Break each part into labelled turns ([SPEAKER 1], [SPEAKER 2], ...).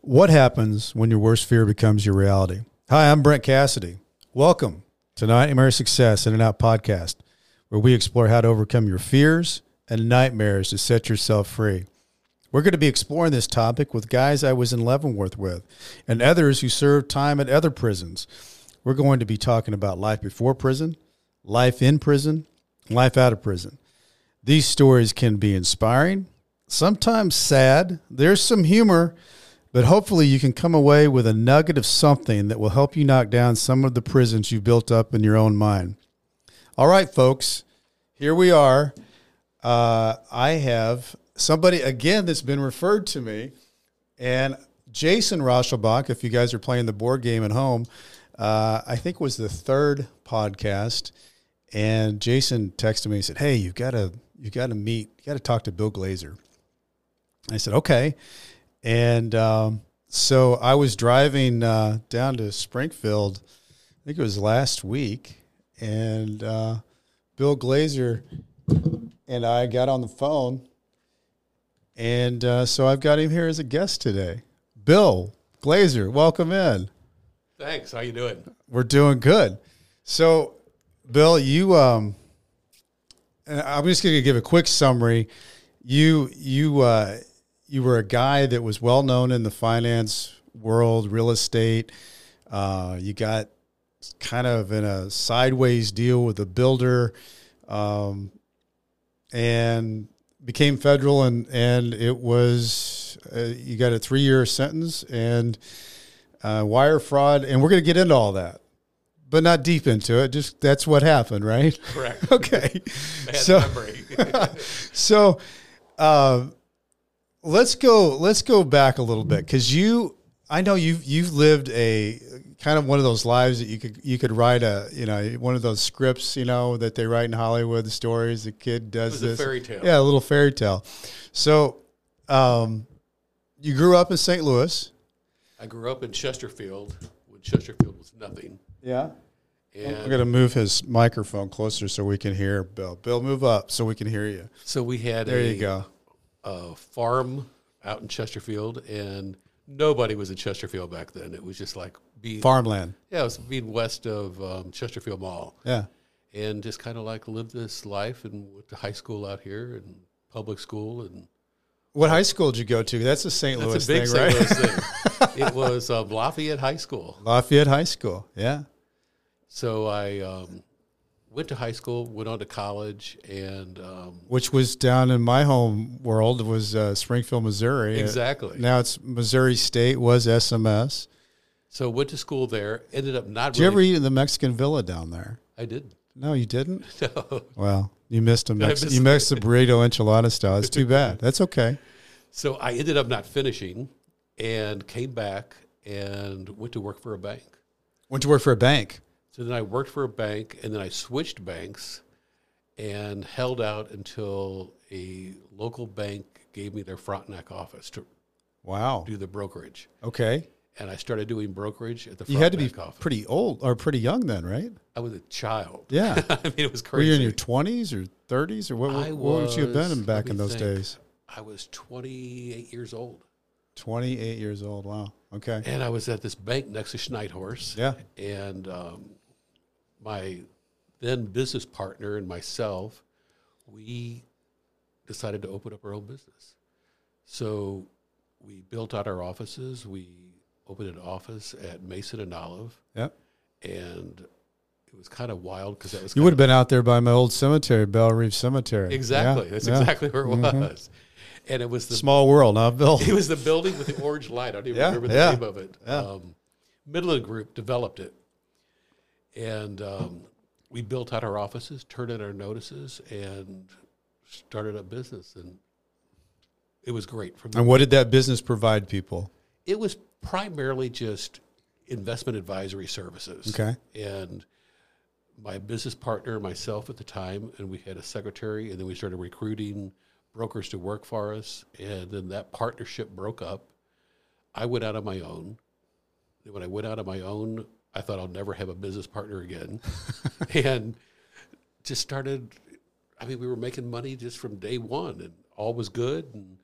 [SPEAKER 1] What happens when your worst fear becomes your reality? Hi, I'm Brent Cassidy. Welcome to Nightmare Success In and Out podcast, where we explore how to overcome your fears and nightmares to set yourself free. We're going to be exploring this topic with guys I was in Leavenworth with and others who served time at other prisons. We're going to be talking about life before prison, life in prison, life out of prison. These stories can be inspiring, sometimes sad. There's some humor, but hopefully you can come away with a nugget of something that will help you knock down some of the prisons you've built up in your own mind. All right, folks, here we are. Uh, I have somebody again that's been referred to me, and Jason Rauschelbach, if you guys are playing the board game at home, uh, I think was the third podcast. And Jason texted me and said, Hey, you gotta you gotta meet, you gotta talk to Bill Glazer. I said, Okay. And um, so I was driving uh, down to Springfield, I think it was last week, and uh, Bill Glazer and I got on the phone. And uh, so I've got him here as a guest today. Bill Glazer, welcome in.
[SPEAKER 2] Thanks. How you doing?
[SPEAKER 1] We're doing good. So, Bill, you um, and I'm just going to give a quick summary. You you uh, you were a guy that was well known in the finance world, real estate. Uh, you got kind of in a sideways deal with a builder, um, and became federal, and and it was uh, you got a three year sentence and uh, wire fraud, and we're going to get into all that, but not deep into it. Just that's what happened, right?
[SPEAKER 2] Correct.
[SPEAKER 1] okay,
[SPEAKER 2] Bad
[SPEAKER 1] so
[SPEAKER 2] memory.
[SPEAKER 1] so uh, let's go let's go back a little bit because you i know you've you've lived a kind of one of those lives that you could you could write a you know one of those scripts you know that they write in hollywood the stories the kid does
[SPEAKER 2] was a
[SPEAKER 1] this
[SPEAKER 2] fairy tale.
[SPEAKER 1] yeah a little fairy tale so um you grew up in st louis
[SPEAKER 2] I grew up in Chesterfield when Chesterfield was nothing.
[SPEAKER 1] yeah
[SPEAKER 2] And
[SPEAKER 1] i'm going to move his microphone closer so we can hear bill bill move up so we can hear you
[SPEAKER 2] so we had
[SPEAKER 1] there
[SPEAKER 2] a,
[SPEAKER 1] you go
[SPEAKER 2] a farm out in Chesterfield, and nobody was in Chesterfield back then. It was just like being
[SPEAKER 1] farmland
[SPEAKER 2] yeah, it was being west of um, Chesterfield Mall,
[SPEAKER 1] yeah
[SPEAKER 2] and just kind of like lived this life and went to high school out here and public school and
[SPEAKER 1] What high school did you go to? That's a St. Louis
[SPEAKER 2] it's a big
[SPEAKER 1] thing,
[SPEAKER 2] St.
[SPEAKER 1] right?
[SPEAKER 2] Louis thing. It was um, Lafayette High School.
[SPEAKER 1] Lafayette High School. Yeah.
[SPEAKER 2] So I um, went to high school, went on to college, and um,
[SPEAKER 1] Which was down in my home world was uh, Springfield, Missouri. Uh,
[SPEAKER 2] exactly.
[SPEAKER 1] Now it's Missouri State was SMS.
[SPEAKER 2] So went to school there. Ended up not.
[SPEAKER 1] Did you ever
[SPEAKER 2] really,
[SPEAKER 1] eat in the Mexican Villa down there?
[SPEAKER 2] I did.
[SPEAKER 1] No, you didn't.
[SPEAKER 2] No.
[SPEAKER 1] Well, you missed a Mex-
[SPEAKER 2] missed
[SPEAKER 1] you
[SPEAKER 2] it.
[SPEAKER 1] missed the burrito enchilada style. It's too bad. That's okay.
[SPEAKER 2] So I ended up not finishing, and came back and went to work for a bank.
[SPEAKER 1] Went to work for a bank.
[SPEAKER 2] So then I worked for a bank, and then I switched banks, and held out until a local bank gave me their Frontenac office to
[SPEAKER 1] Wow.
[SPEAKER 2] do the brokerage,
[SPEAKER 1] Okay.
[SPEAKER 2] and I started doing brokerage at the Frontenac
[SPEAKER 1] You had to be
[SPEAKER 2] office.
[SPEAKER 1] pretty old or pretty young then, right?
[SPEAKER 2] I was a child.
[SPEAKER 1] Yeah.
[SPEAKER 2] I mean, it was
[SPEAKER 1] Were
[SPEAKER 2] crazy.
[SPEAKER 1] you in your twenties or thirties or what?
[SPEAKER 2] I
[SPEAKER 1] What would you have been
[SPEAKER 2] was-
[SPEAKER 1] in back
[SPEAKER 2] let
[SPEAKER 1] in
[SPEAKER 2] me
[SPEAKER 1] those
[SPEAKER 2] think.
[SPEAKER 1] days?
[SPEAKER 2] I was 28 years old,
[SPEAKER 1] 28 years old. Wow. Okay.
[SPEAKER 2] and I was at this bank next to Schneidhorst.
[SPEAKER 1] Yeah.
[SPEAKER 2] And um, my then business partner and myself, we decided to open up our own business. So we built out our offices. We opened an office at Mason and Olive,
[SPEAKER 1] Yep.
[SPEAKER 2] and it was kind of wild because that was
[SPEAKER 1] You would have been out there by my old cemetery, Bell Reef Cemetery.
[SPEAKER 2] exactly
[SPEAKER 1] Yeah,
[SPEAKER 2] that's
[SPEAKER 1] yeah. Mm-hmm.
[SPEAKER 2] exactly where it was, and it was the
[SPEAKER 1] Small world, huh, Bill?
[SPEAKER 2] It was the building with the orange light. I don't even
[SPEAKER 1] Yeah,
[SPEAKER 2] remember the
[SPEAKER 1] yeah,
[SPEAKER 2] name of it. Um, Midland Group developed it, and um, we built out our offices, turned in our notices, and started up business. And it was great. From
[SPEAKER 1] and what did that business provide people?
[SPEAKER 2] it was primarily just investment advisory services.
[SPEAKER 1] Okay.
[SPEAKER 2] and my business partner, myself at the time, and we had a secretary, and then we started recruiting brokers to work for us, and then that partnership broke up. I went out on my own. And when I went out on my own, I thought I'll never have a business partner again, and just started. I mean, we were making money just from day one, and all was good, and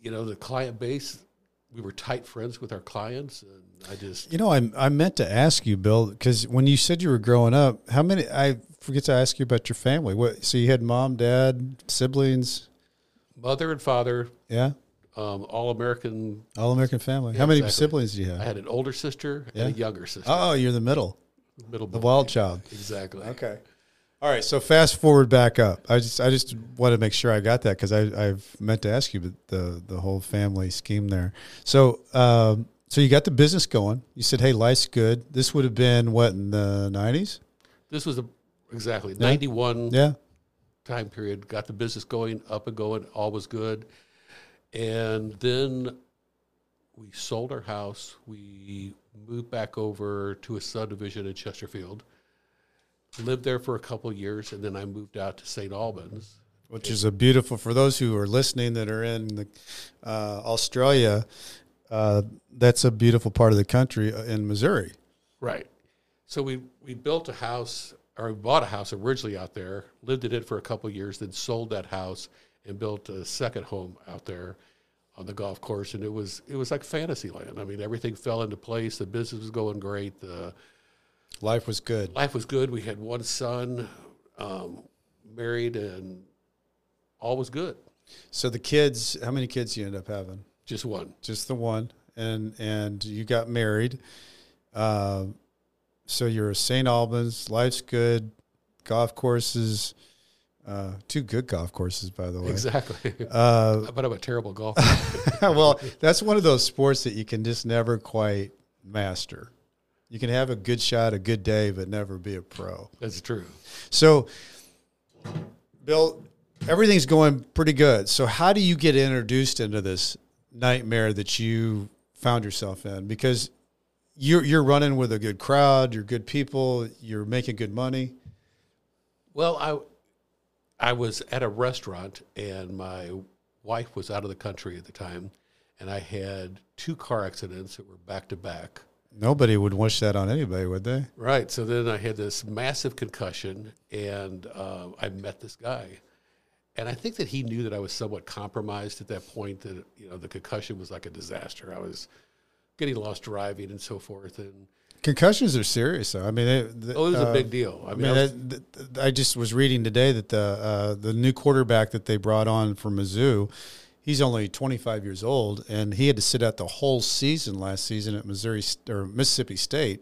[SPEAKER 2] you know the client base we were tight friends with our clients, and I just
[SPEAKER 1] You know, I I meant to ask you, Bill, because when you said you were growing up, how many? I forget to ask you about your family. What? So you had mom, dad, siblings.
[SPEAKER 2] mother and father,
[SPEAKER 1] Yeah,
[SPEAKER 2] um, all American.
[SPEAKER 1] all American family. how many
[SPEAKER 2] exactly.
[SPEAKER 1] siblings do you
[SPEAKER 2] I
[SPEAKER 1] have?
[SPEAKER 2] had an older sister
[SPEAKER 1] Yeah.
[SPEAKER 2] and a younger sister,
[SPEAKER 1] Oh, you're the middle,
[SPEAKER 2] middle
[SPEAKER 1] the
[SPEAKER 2] boy.
[SPEAKER 1] wild child.
[SPEAKER 2] Exactly.
[SPEAKER 1] Okay. All right. So fast forward back up. I just I just want to make sure I got that because I I've meant to ask you but the the whole family scheme there. So um, so you got the business going. You said, hey, life's good. This would have been what in the nineties?
[SPEAKER 2] This was a exactly ninety one
[SPEAKER 1] Yeah.
[SPEAKER 2] time period. Got the business going, up and going. All was good, and then we sold our house. We moved back over to a subdivision in Chesterfield. Lived there for a couple of years, and then I moved out to St. Albans.
[SPEAKER 1] which is a beautiful for those who are listening that are in the, uh, Australia. Uh, that's a beautiful part of the country uh, in Missouri.
[SPEAKER 2] Right. So we we built a house or we bought a house originally out there, lived in it for a couple of years, then sold that house and built a second home out there on the golf course and it was it was like fantasy land. I mean everything fell into place, the business was going great, the
[SPEAKER 1] Life was good.
[SPEAKER 2] life was good. We had one son, um, married and all was good.
[SPEAKER 1] So the kids, how many kids you end up having?
[SPEAKER 2] Just one.
[SPEAKER 1] Just the one, and and you got married. Uh, so you're a St. Albans. Life's good. Golf courses, uh, two good golf courses, by the way.
[SPEAKER 2] Exactly.
[SPEAKER 1] Uh,
[SPEAKER 2] but I'm a terrible golfer.
[SPEAKER 1] well, that's one of those sports that you can just never quite master. You can have a good shot, a good day, but never be a pro.
[SPEAKER 2] That's true.
[SPEAKER 1] So, Bill, everything's going pretty good. So, how do you get introduced into this nightmare that you found yourself in? Because you're you're running with a good crowd, you're good people, you're making good money.
[SPEAKER 2] Well, I I was at a restaurant and my wife was out of the country at the time, and I had two car accidents that were back to back.
[SPEAKER 1] Nobody would wish that on anybody, would they?
[SPEAKER 2] Right. So then I had this massive concussion, and uh, I met this guy, and I think that he knew that I was somewhat compromised at that point. That you know the concussion was like a disaster. I was getting lost driving and so forth, and
[SPEAKER 1] Concussions are serious. Though. I mean, it, the,
[SPEAKER 2] oh, it was
[SPEAKER 1] uh,
[SPEAKER 2] a big deal. I
[SPEAKER 1] I
[SPEAKER 2] mean, I
[SPEAKER 1] mean,
[SPEAKER 2] was-
[SPEAKER 1] that, th- I just was reading today that the uh, the new quarterback that they brought on from Mizzou, he's only 25 years old, and he had to sit out the whole season last season at Missouri St- or Mississippi State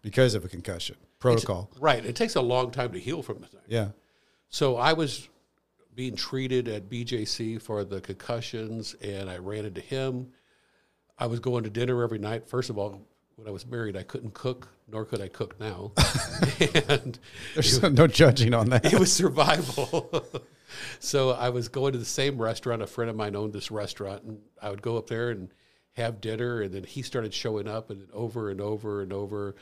[SPEAKER 1] because of a concussion protocol.
[SPEAKER 2] right. It takes a long time to heal from the thing.
[SPEAKER 1] yeah,
[SPEAKER 2] So I was being treated at BJC for the concussions, and I ran into him. I was going to dinner every night. First of all, when I was married, I couldn't cook, nor could I cook now. and
[SPEAKER 1] there's no judging on that.
[SPEAKER 2] it was survival. so I was going to the same restaurant. A friend of mine owned this restaurant, and I would go up there and have dinner. And then he started showing up, and then over and over and over.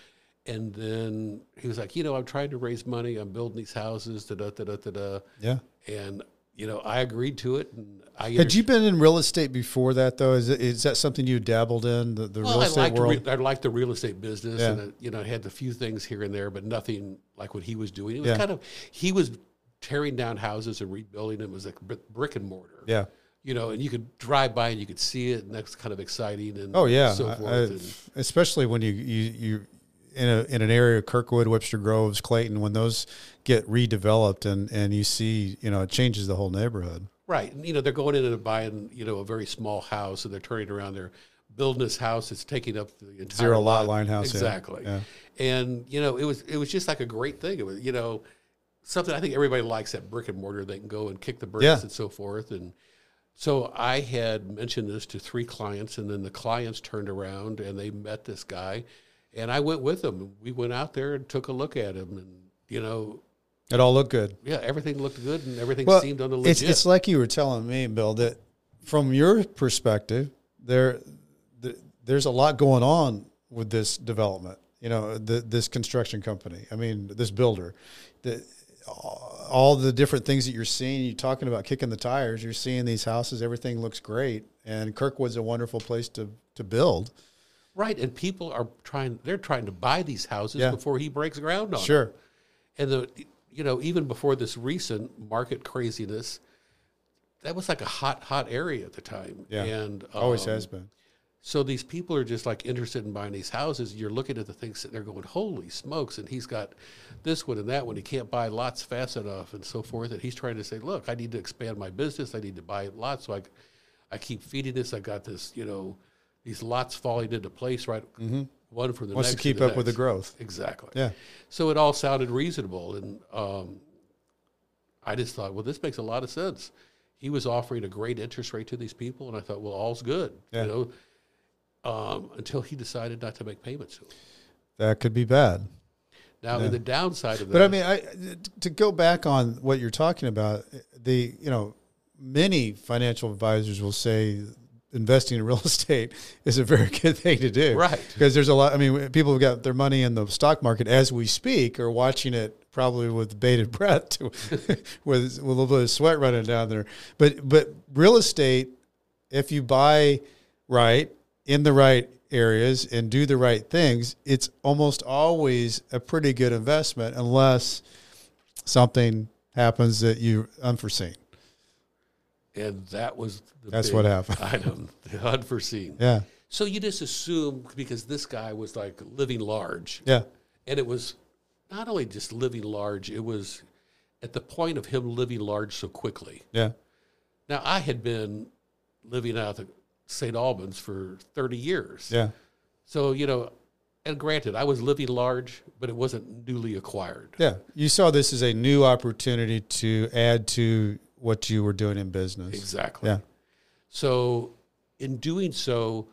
[SPEAKER 2] And then he was like, you know, I'm trying to raise money. I'm building these houses. Da da da da da da
[SPEAKER 1] Yeah.
[SPEAKER 2] and you know I agreed to it. And I
[SPEAKER 1] Had you been in real estate before that though? Is it, is that something you dabbled in the, the
[SPEAKER 2] well,
[SPEAKER 1] real
[SPEAKER 2] I
[SPEAKER 1] estate
[SPEAKER 2] liked
[SPEAKER 1] world?
[SPEAKER 2] re- I liked the real estate business,
[SPEAKER 1] Yeah.
[SPEAKER 2] and uh, you know I had the few things here and there, but nothing like what he was doing. It was
[SPEAKER 1] Yeah.
[SPEAKER 2] kind of he was tearing down houses and rebuilding them. It was like br- brick and mortar.
[SPEAKER 1] yeah.
[SPEAKER 2] You know, and you could drive by and you could see it, and that's kind of exciting. And
[SPEAKER 1] Oh yeah,
[SPEAKER 2] so
[SPEAKER 1] I-
[SPEAKER 2] forth.
[SPEAKER 1] I-
[SPEAKER 2] and,
[SPEAKER 1] especially when you you you in a in an area Kirkwood, Webster Groves, Clayton, when those get redeveloped and and you see you know it changes the whole neighborhood.
[SPEAKER 2] Right. And, you know, they're going in and buying, you know, a very small house and they're turning around, they're building this house that's taking up the entire
[SPEAKER 1] Zero lot line house, yeah.
[SPEAKER 2] Exactly.
[SPEAKER 1] Yeah.
[SPEAKER 2] And, you know, it was it was just like a great thing. It was, you know, something I think everybody likes that brick and mortar. They can go and kick the bricks
[SPEAKER 1] Yeah.
[SPEAKER 2] and so forth. And so I had mentioned this to three clients and then the clients turned around and they met this guy and I went with them. We went out there and took a look at him and, you know,
[SPEAKER 1] It all looked good.
[SPEAKER 2] yeah, everything looked good and everything
[SPEAKER 1] Well,
[SPEAKER 2] seemed on the
[SPEAKER 1] it's
[SPEAKER 2] legit.
[SPEAKER 1] it's like you were telling me, Bill, that from your perspective, there th- there's a lot going on with this development. You know, the, this construction company. I mean, this builder. The, all the different things that you're seeing, you're talking about kicking the tires. You're seeing these houses. Everything looks great, and Kirkwood's a wonderful place to to build.
[SPEAKER 2] Right, and people are trying. They're trying to buy these houses
[SPEAKER 1] Yeah.
[SPEAKER 2] before he breaks ground on.
[SPEAKER 1] Sure.
[SPEAKER 2] them. and the you know even before this recent market craziness, that was like a hot, hot area at the time.
[SPEAKER 1] Yeah.
[SPEAKER 2] and
[SPEAKER 1] Always
[SPEAKER 2] um,
[SPEAKER 1] has been.
[SPEAKER 2] So these people are just like interested in buying these houses. You're looking at the things that they're going, holy smokes! And he's got this one and that one. He can't buy lots fast enough, and so forth. And he's trying to say, look, I need to expand my business. I need to buy lots. So I, I keep feeding this. I got this, you know, these lots falling into place. Right, one for the
[SPEAKER 1] Mm-hmm. Wants to
[SPEAKER 2] next
[SPEAKER 1] keep
[SPEAKER 2] the
[SPEAKER 1] up with the
[SPEAKER 2] next.
[SPEAKER 1] growth.
[SPEAKER 2] Exactly.
[SPEAKER 1] Yeah.
[SPEAKER 2] So it all sounded reasonable, and um, I just thought, well, this makes a lot of sense. He was offering a great interest rate to these people, and I thought, well, all's good,
[SPEAKER 1] Yeah.
[SPEAKER 2] you know. Um, until he decided not to make payments to them.
[SPEAKER 1] That could be bad.
[SPEAKER 2] Now, the downside of that,
[SPEAKER 1] But I mean, I to go back on what you're talking about, the you know, many financial advisors will say investing in real estate is a very good thing to do,
[SPEAKER 2] Right.
[SPEAKER 1] Because there's a lot. I mean, people have got their money in the stock market as we speak, or watching it probably with bated breath, to, with, with a little bit of sweat running down there. But but real estate, if you buy right in the right areas and do the right things, it's almost always a pretty good investment unless something happens that you unforeseen.
[SPEAKER 2] and that was the
[SPEAKER 1] That's
[SPEAKER 2] big
[SPEAKER 1] what happened.
[SPEAKER 2] Item the unforeseen.
[SPEAKER 1] Yeah.
[SPEAKER 2] So you just assume because this guy was like living large,
[SPEAKER 1] Yeah.
[SPEAKER 2] and it was not only just living large; it was at the point of him living large so quickly.
[SPEAKER 1] Yeah.
[SPEAKER 2] Now, I had been living out at St. Albans for 30 years.
[SPEAKER 1] Yeah.
[SPEAKER 2] So, you know, and granted, I was living large, but it wasn't newly acquired.
[SPEAKER 1] Yeah. You saw this as a new opportunity to add to what you were doing in business.
[SPEAKER 2] Exactly.
[SPEAKER 1] Yeah.
[SPEAKER 2] So, in doing so,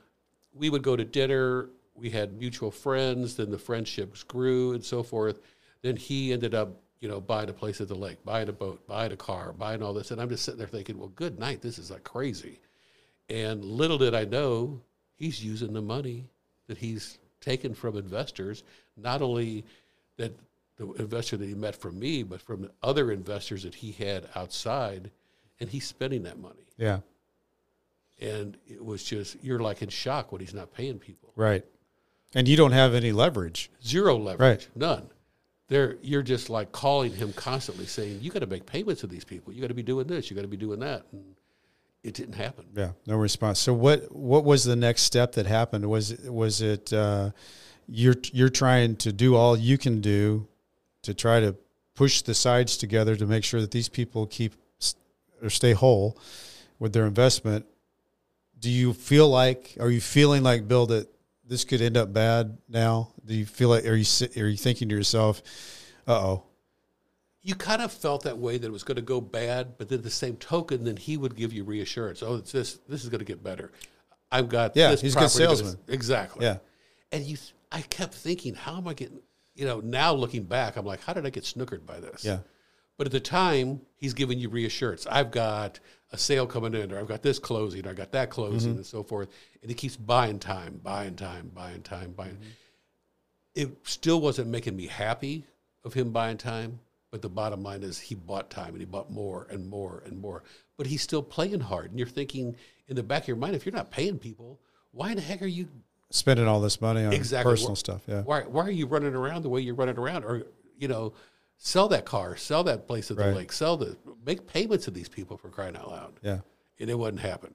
[SPEAKER 2] we would go to dinner. We had mutual friends. Then the friendships grew and so forth. Then he ended up, you know, buying a place at the lake, buying a boat, buying a car, buying all this. And I'm just sitting there thinking, well, good night. This is like crazy. And little did I know, he's using the money that he's taken from investors, not only that the investor that he met from me, but from other investors that he had outside. And he's spending that money
[SPEAKER 1] Yeah.
[SPEAKER 2] and it was just you're like in shock when he's not paying people
[SPEAKER 1] Right. And you don't have any leverage.
[SPEAKER 2] zero leverage
[SPEAKER 1] Right.
[SPEAKER 2] none there you're just like calling him constantly saying you got to make payments to these people you got to be doing this you got to be doing that and it didn't happen
[SPEAKER 1] Yeah, no response. So what what was the next step that happened? Was was it uh, you're you're trying to do all you can do to try to push the sides together to make sure that these people keep s- or stay whole with their investment? Do you feel like are you feeling like Bill that this could end up bad now? Do you feel like are you si- are you thinking to yourself, uh oh,
[SPEAKER 2] you kind of felt that way that it was going to go bad but then the same token then he would give you reassurance oh it's this this is going to get better i've got
[SPEAKER 1] Yeah,
[SPEAKER 2] this
[SPEAKER 1] he's a good
[SPEAKER 2] property gonna-
[SPEAKER 1] salesman.
[SPEAKER 2] exactly
[SPEAKER 1] yeah,
[SPEAKER 2] and you i kept thinking how am i getting you know now looking back i'm like how did i get snookered by this
[SPEAKER 1] yeah,
[SPEAKER 2] But at the time, he's giving you reassurance. I've got a sale coming in, or I've got this closing, or I got that closing,
[SPEAKER 1] Mm-hmm.
[SPEAKER 2] and so forth. And he keeps buying time, buying time, buying time, buying. It still wasn't making me happy of him buying time. But the bottom line is he bought time and he bought more and more and more. But he's still playing hard. And you're thinking in the back of your mind, if you're not paying people, why in the heck are you
[SPEAKER 1] spending all this money on
[SPEAKER 2] Exactly.
[SPEAKER 1] personal stuff, yeah,
[SPEAKER 2] why why are you running around the way you're running around or you know sell that car sell that place at the
[SPEAKER 1] Right.
[SPEAKER 2] lake sell the make payments to these people for crying out loud
[SPEAKER 1] yeah.
[SPEAKER 2] and it wouldn't happen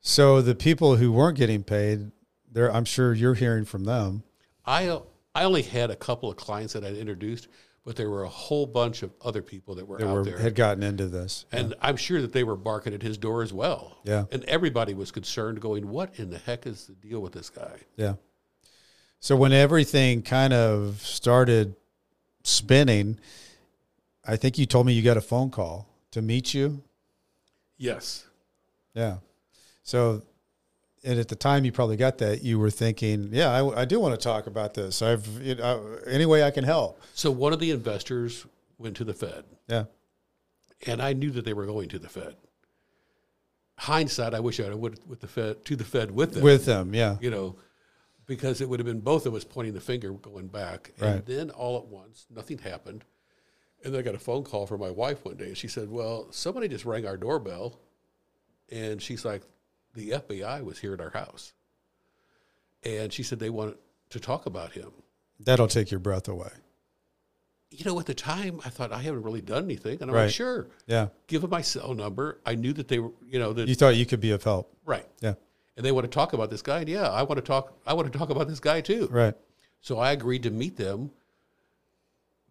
[SPEAKER 1] So the people who weren't getting paid, there I'm sure you're hearing from them.
[SPEAKER 2] i i only had a couple of clients that i'd introduced but there were a whole bunch of other people that were
[SPEAKER 1] that
[SPEAKER 2] out
[SPEAKER 1] were,
[SPEAKER 2] there
[SPEAKER 1] had gotten into this.
[SPEAKER 2] and i'm sure that they were barking at his door as well
[SPEAKER 1] Yeah.
[SPEAKER 2] and everybody was concerned going what in the heck is the deal with this guy
[SPEAKER 1] Yeah. So when everything kind of started spinning, I think you told me you got a phone call to meet you.
[SPEAKER 2] yes
[SPEAKER 1] Yeah. So, and at the time you probably got that, you were thinking, yeah, I, I do want to talk about this. I've, you know, any way I can help.
[SPEAKER 2] so one of the investors went to the fed
[SPEAKER 1] Yeah.
[SPEAKER 2] and I knew that they were going to the Fed. Hindsight, I wish I would with the Fed to the Fed with them,
[SPEAKER 1] With them. Yeah.
[SPEAKER 2] you know, because it would have been both of us pointing the finger going back. And
[SPEAKER 1] Right.
[SPEAKER 2] then all at once, nothing happened. And then I got a phone call from my wife one day, and she said, "Well, somebody just rang our doorbell," and she's like, "The FBI was here at our house," and she said they wanted to talk about him.
[SPEAKER 1] That'll take your breath away.
[SPEAKER 2] You know, at the time, I thought I haven't really done anything, and I'm
[SPEAKER 1] Right.
[SPEAKER 2] like, "Sure."
[SPEAKER 1] Yeah.
[SPEAKER 2] Give them my cell number. I knew that they were, you know, that
[SPEAKER 1] You thought you could be of help.
[SPEAKER 2] right.
[SPEAKER 1] Yeah.
[SPEAKER 2] and they want to talk about this guy. And yeah, I want to talk. I want to talk about this guy too.
[SPEAKER 1] Right.
[SPEAKER 2] So I agreed to meet them.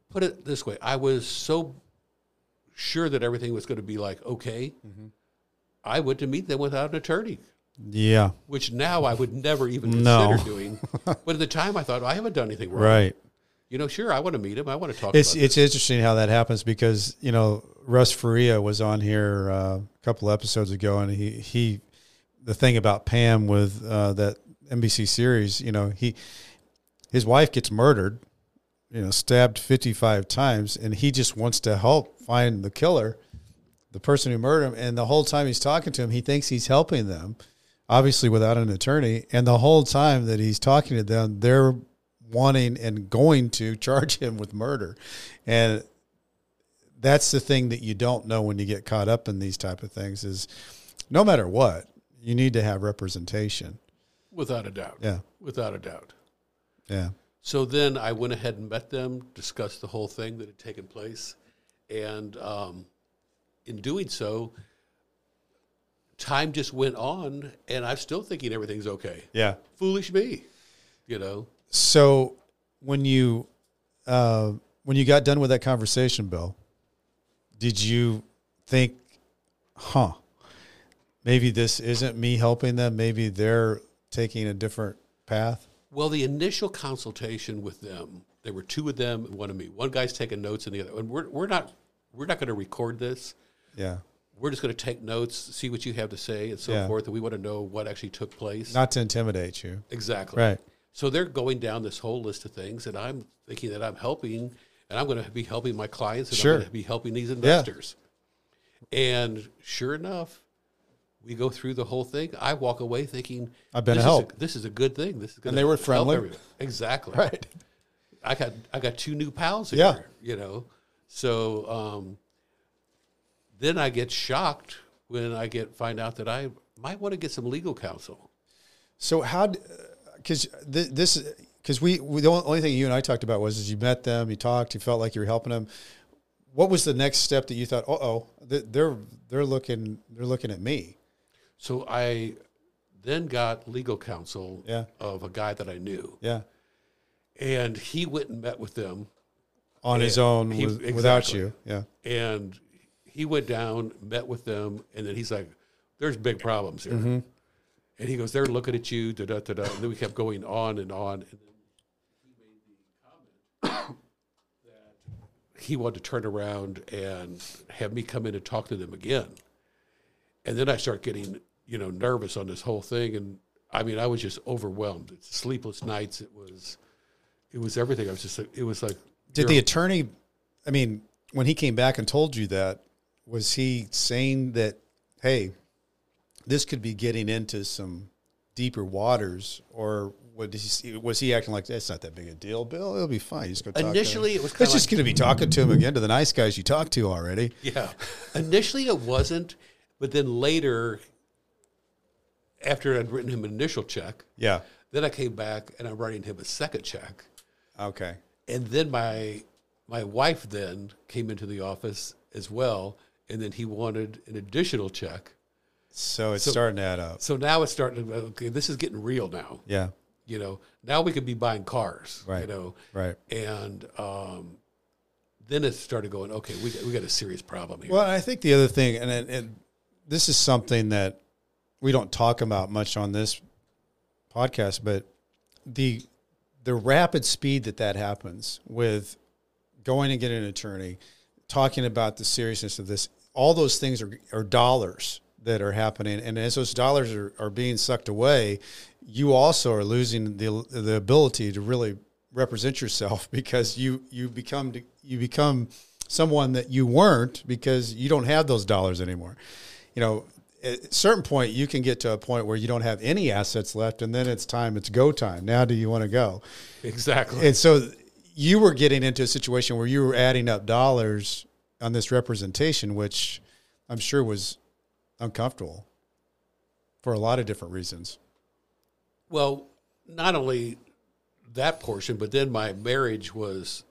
[SPEAKER 2] Put it this way, I was so sure that everything was going to be like okay.
[SPEAKER 1] Mm-hmm.
[SPEAKER 2] I went to meet them without an attorney,
[SPEAKER 1] Yeah.
[SPEAKER 2] which now I would never even
[SPEAKER 1] No.
[SPEAKER 2] consider doing. But at the time, I thought I haven't done anything wrong.
[SPEAKER 1] Right.
[SPEAKER 2] You know, sure, I want to meet him. I want to talk.
[SPEAKER 1] It's
[SPEAKER 2] about
[SPEAKER 1] it's interesting how that happens because you know Russ Faria was on here uh, a couple episodes ago, and he he the thing about Pam with uh, that NBC series, you know, he his wife gets murdered, you know, stabbed fifty five times, and he just wants to help find the killer, the person who murdered him, and the whole time he's talking to him, he thinks he's helping them, obviously without an attorney, and the whole time that he's talking to them, they're wanting and going to charge him with murder. And that's the thing that you don't know when you get caught up in these type of things is no matter what, you need to have representation.
[SPEAKER 2] without a doubt.
[SPEAKER 1] Yeah.
[SPEAKER 2] Without a doubt.
[SPEAKER 1] Yeah.
[SPEAKER 2] So then I went ahead and met them, discussed the whole thing that had taken place. And um, in doing so, time just went on, and I'm still thinking everything's okay.
[SPEAKER 1] Yeah.
[SPEAKER 2] Foolish me, you know?
[SPEAKER 1] So when you uh, when you got done with that conversation, Bill, did you think, huh, maybe this isn't me helping them, maybe they're taking a different path?
[SPEAKER 2] Well, the initial consultation with them, there were two of them and one of me. One guy's taking notes, and the other, and we're, we're not, we're not going to record this.
[SPEAKER 1] Yeah.
[SPEAKER 2] We're just going to take notes, see what you have to say, and so
[SPEAKER 1] Yeah.
[SPEAKER 2] forth. And we want to know what actually took place.
[SPEAKER 1] Not to intimidate you.
[SPEAKER 2] exactly.
[SPEAKER 1] Right.
[SPEAKER 2] So they're going down this whole list of things, and I'm thinking that I'm helping, and I'm going to be helping my clients, and
[SPEAKER 1] Sure.
[SPEAKER 2] I'm going to be helping these investors. And sure enough, we go through the whole thing. I walk away thinking,
[SPEAKER 1] I've been a
[SPEAKER 2] this Is
[SPEAKER 1] help.
[SPEAKER 2] a, this is a good thing. This is going
[SPEAKER 1] they were friendly.
[SPEAKER 2] Exactly.
[SPEAKER 1] Right.
[SPEAKER 2] I got I got two new pals here.
[SPEAKER 1] Yeah.
[SPEAKER 2] You know, so um, then I get shocked when I get find out that I might want to get some legal counsel.
[SPEAKER 1] So how? Because th- this, because we, we the only thing you and I talked about was is you met them, you talked, you felt like you were helping them. What was the next step that you thought? Uh oh, they're they're looking they're looking at me.
[SPEAKER 2] So I then got legal counsel
[SPEAKER 1] Yeah.
[SPEAKER 2] of a guy that I knew,
[SPEAKER 1] Yeah,
[SPEAKER 2] and he went and met with them,
[SPEAKER 1] on his own
[SPEAKER 2] He-
[SPEAKER 1] with, without
[SPEAKER 2] exactly.
[SPEAKER 1] you. Yeah,
[SPEAKER 2] and he went down, met with them, and then he's like, "There's big problems here," and he goes, "They're looking at you." Da da da da. And then we kept going on and on. And then he wanted to turn around and have me come in and talk to them again. And then I start getting, you know, nervous on this whole thing. And I mean, I was just overwhelmed. It's sleepless nights. It was, it was everything. I was just, like, it was like,
[SPEAKER 1] did the attorney? I mean, when he came back and told you that, was he saying that? Hey, this could be getting into some deeper waters, or what did he, see- was he acting like that's not that big a deal, Bill? It'll be fine. You just go talk to him."
[SPEAKER 2] initially it was kind
[SPEAKER 1] It's
[SPEAKER 2] of
[SPEAKER 1] just going to be talking to him again to the nice guys you talked to already.
[SPEAKER 2] Yeah. Initially, it wasn't, but then later, after I'd written him an initial check,
[SPEAKER 1] Yeah.
[SPEAKER 2] then I came back and I'm writing him a second check,
[SPEAKER 1] Okay.
[SPEAKER 2] and then my my wife then came into the office as well, and then he wanted an additional check.
[SPEAKER 1] So it's starting to add up.
[SPEAKER 2] So now it's starting to okay. This is getting real now.
[SPEAKER 1] Yeah.
[SPEAKER 2] You know, now we could be buying cars. You
[SPEAKER 1] Right.
[SPEAKER 2] know,
[SPEAKER 1] Right.
[SPEAKER 2] and um, then it started going. Okay, we got, we got a serious problem here.
[SPEAKER 1] Well, I think the other thing, and, and, and this is something that we don't talk about much on this podcast, but the the rapid speed that that happens with going and getting an attorney, talking about the seriousness of this, all those things are, are dollars that are happening. And as those dollars are, are being sucked away, you also are losing the, the ability to really represent yourself because you, you become, you become someone that you weren't because you don't have those dollars anymore. You know, at a certain point you can get to a point where you don't have any assets left and then it's time, it's go time. Now do you want to go?
[SPEAKER 2] exactly.
[SPEAKER 1] And so you were getting into a situation where you were adding up dollars on this representation, which I'm sure was uncomfortable for a lot of different reasons.
[SPEAKER 2] Well, not only that portion, but then my marriage was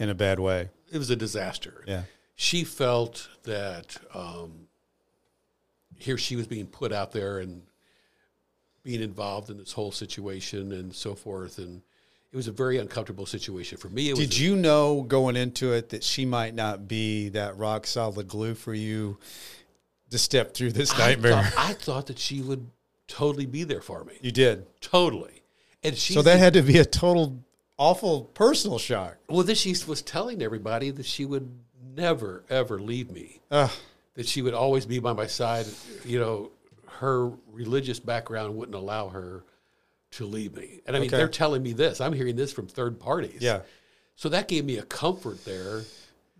[SPEAKER 1] In a bad way.
[SPEAKER 2] it was a disaster.
[SPEAKER 1] Yeah.
[SPEAKER 2] She felt that um, here she was being put out there and being involved in this whole situation and so forth. And it was a very uncomfortable situation for me. It
[SPEAKER 1] Did
[SPEAKER 2] was
[SPEAKER 1] you know going into it that she might not be that rock solid glue for you to step through this
[SPEAKER 2] I
[SPEAKER 1] nightmare?
[SPEAKER 2] thought, I thought that she would totally be there for me,
[SPEAKER 1] You did.
[SPEAKER 2] totally. And she
[SPEAKER 1] So that had to be a total awful personal shock.
[SPEAKER 2] well, then she was telling everybody that she would never ever leave me.
[SPEAKER 1] Ugh.
[SPEAKER 2] that she would always be by my side. You know, her religious background wouldn't allow her to leave me. And I mean,
[SPEAKER 1] Okay.
[SPEAKER 2] they're telling me this. I'm hearing this from third parties.
[SPEAKER 1] yeah.
[SPEAKER 2] So that gave me a comfort there.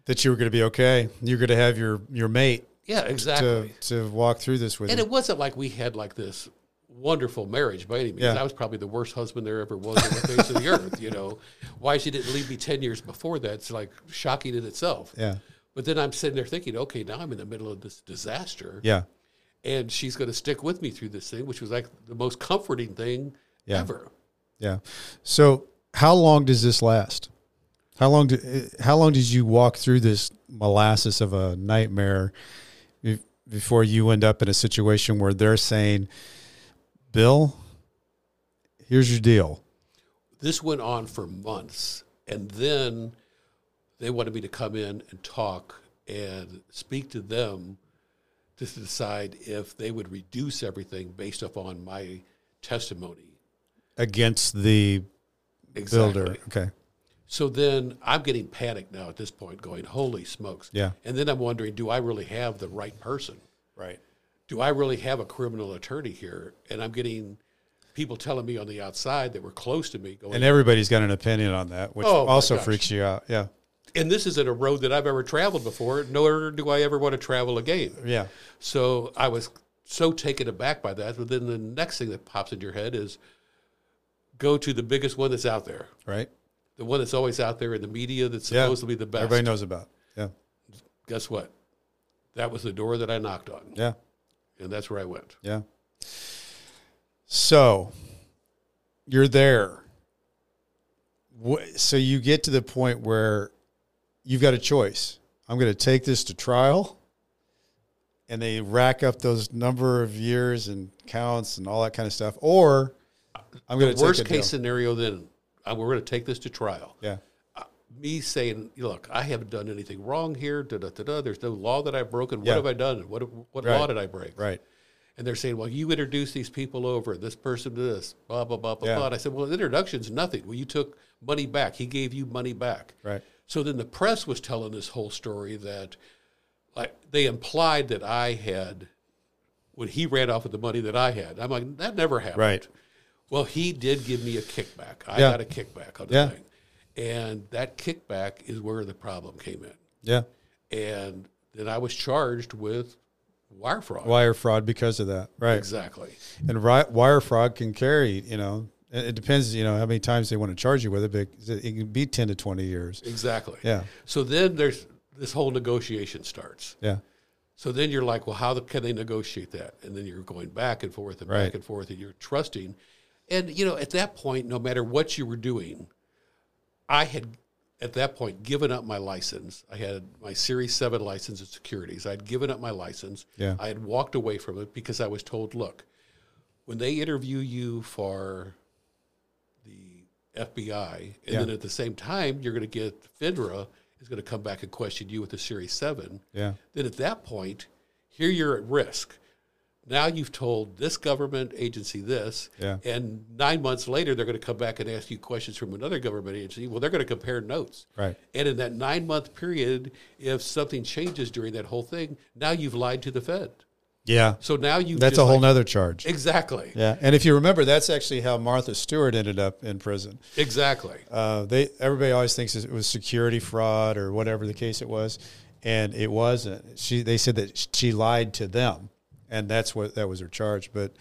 [SPEAKER 1] That you were going to be okay. You're going to have your your mate
[SPEAKER 2] Yeah,
[SPEAKER 1] to
[SPEAKER 2] exactly.
[SPEAKER 1] to walk through this with
[SPEAKER 2] and
[SPEAKER 1] you.
[SPEAKER 2] it wasn't like we had like this wonderful marriage by any means.
[SPEAKER 1] Yeah.
[SPEAKER 2] I was probably the worst husband there ever was on the face of the earth. You know, why she didn't leave me 10 years before that's like shocking in itself.
[SPEAKER 1] yeah.
[SPEAKER 2] But then I'm sitting there thinking, okay, now I'm in the middle of this disaster.
[SPEAKER 1] Yeah.
[SPEAKER 2] and she's going to stick with me through this thing, which was like the most comforting thing
[SPEAKER 1] Yeah.
[SPEAKER 2] ever.
[SPEAKER 1] Yeah. So how long does this last? How long did how long did you walk through this molasses of a nightmare be- before you end up in a situation where they're saying, "Bill, here's your deal."
[SPEAKER 2] This went on for months, and then they wanted me to come in and talk and speak to them to decide if they would reduce everything based upon my testimony.
[SPEAKER 1] against the builder. Okay.
[SPEAKER 2] So then I'm getting panicked now at this point, going, "Holy smokes!"
[SPEAKER 1] Yeah.
[SPEAKER 2] And then I'm wondering, do I really have the right person?
[SPEAKER 1] Right.
[SPEAKER 2] do I really have a criminal attorney here? And I'm getting people telling me on the outside that were close to me
[SPEAKER 1] And
[SPEAKER 2] going, and,
[SPEAKER 1] everybody's got an opinion on that, which
[SPEAKER 2] Oh, my
[SPEAKER 1] also
[SPEAKER 2] gosh.
[SPEAKER 1] freaks you out. Yeah.
[SPEAKER 2] this isn't a road that I've ever traveled before, nor do I ever want to travel again.
[SPEAKER 1] Yeah.
[SPEAKER 2] So I was so taken aback by that. But then the next thing that pops into your head is go to the biggest one that's out there,
[SPEAKER 1] Right.
[SPEAKER 2] the one that's always out there in the media that's
[SPEAKER 1] Yeah.
[SPEAKER 2] supposed to be the best.
[SPEAKER 1] Everybody knows about. Yeah.
[SPEAKER 2] Guess what? That was the door that I knocked on,
[SPEAKER 1] Yeah.
[SPEAKER 2] and that's where I went.
[SPEAKER 1] Yeah. So you're there. Wh- So you get to the point where you've got a choice. I'm going to take this to trial. And they rack up those number of years and counts and all that kind of stuff. Or I'm going to take
[SPEAKER 2] Worst
[SPEAKER 1] a
[SPEAKER 2] case
[SPEAKER 1] deal.
[SPEAKER 2] scenario, then uh, we're going to take this to trial.
[SPEAKER 1] Yeah.
[SPEAKER 2] me saying, "Look, I haven't done anything wrong here. Da, da, da, da. There's no law that I've broken. What
[SPEAKER 1] Yeah.
[SPEAKER 2] have I done? What what
[SPEAKER 1] Right.
[SPEAKER 2] law did I break?"
[SPEAKER 1] Right.
[SPEAKER 2] And they're saying, "Well, you introduced these people over, this person to this, blah blah blah blah
[SPEAKER 1] Yeah.
[SPEAKER 2] blah." And I said, "Well, the introduction's nothing. Well, you took money back. He gave you money back."
[SPEAKER 1] Right.
[SPEAKER 2] So then the press was telling this whole story that, like, they implied that I had, when he ran off with the money that I had. I'm like, that never happened.
[SPEAKER 1] Right.
[SPEAKER 2] Well, he did give me a kickback. I
[SPEAKER 1] Yeah.
[SPEAKER 2] got a kickback on the
[SPEAKER 1] Yeah.
[SPEAKER 2] thing. And that kickback is where the problem came in.
[SPEAKER 1] Yeah.
[SPEAKER 2] And then I was charged with wire fraud.
[SPEAKER 1] wire fraud because of that, right?
[SPEAKER 2] Exactly.
[SPEAKER 1] And ri- wire fraud can carry, you know, it it depends, you know, how many times they want to charge you with it, but it can be ten to twenty years.
[SPEAKER 2] Exactly.
[SPEAKER 1] Yeah,
[SPEAKER 2] So then there's this whole negotiation starts.
[SPEAKER 1] yeah,
[SPEAKER 2] So then you're like, well, how the, can they negotiate that? And then you're going back and forth and
[SPEAKER 1] Right.
[SPEAKER 2] back and forth, and you're trusting. And you know, at that point, no matter what you were doing, I had at that point given up my license. I had my Series Seven license and securities. I'd given up my license.
[SPEAKER 1] Yeah.
[SPEAKER 2] I had walked away from it because I was told, look, when they interview you for the FBI, and
[SPEAKER 1] Yeah.
[SPEAKER 2] then at the same time, you're going to get FINRA is going to come back and question you with the Series Seven
[SPEAKER 1] yeah,
[SPEAKER 2] then at that point, here you're at risk. Now you've told this government agency this,
[SPEAKER 1] Yeah.
[SPEAKER 2] and nine months later, they're going to come back and ask you questions from another government agency. Well, they're going to compare notes.
[SPEAKER 1] right,
[SPEAKER 2] And in that nine month period, if something changes during that whole thing, now you've lied to the Fed.
[SPEAKER 1] yeah.
[SPEAKER 2] So now you
[SPEAKER 1] That's
[SPEAKER 2] just
[SPEAKER 1] a whole
[SPEAKER 2] like-
[SPEAKER 1] nother charge.
[SPEAKER 2] Exactly.
[SPEAKER 1] Yeah, and if you remember, that's actually how Martha Stewart ended up in prison.
[SPEAKER 2] Exactly.
[SPEAKER 1] Uh, they everybody always thinks it was security fraud or whatever the case it was, and it wasn't. She they said that she lied to them, and that's what that was her charge. But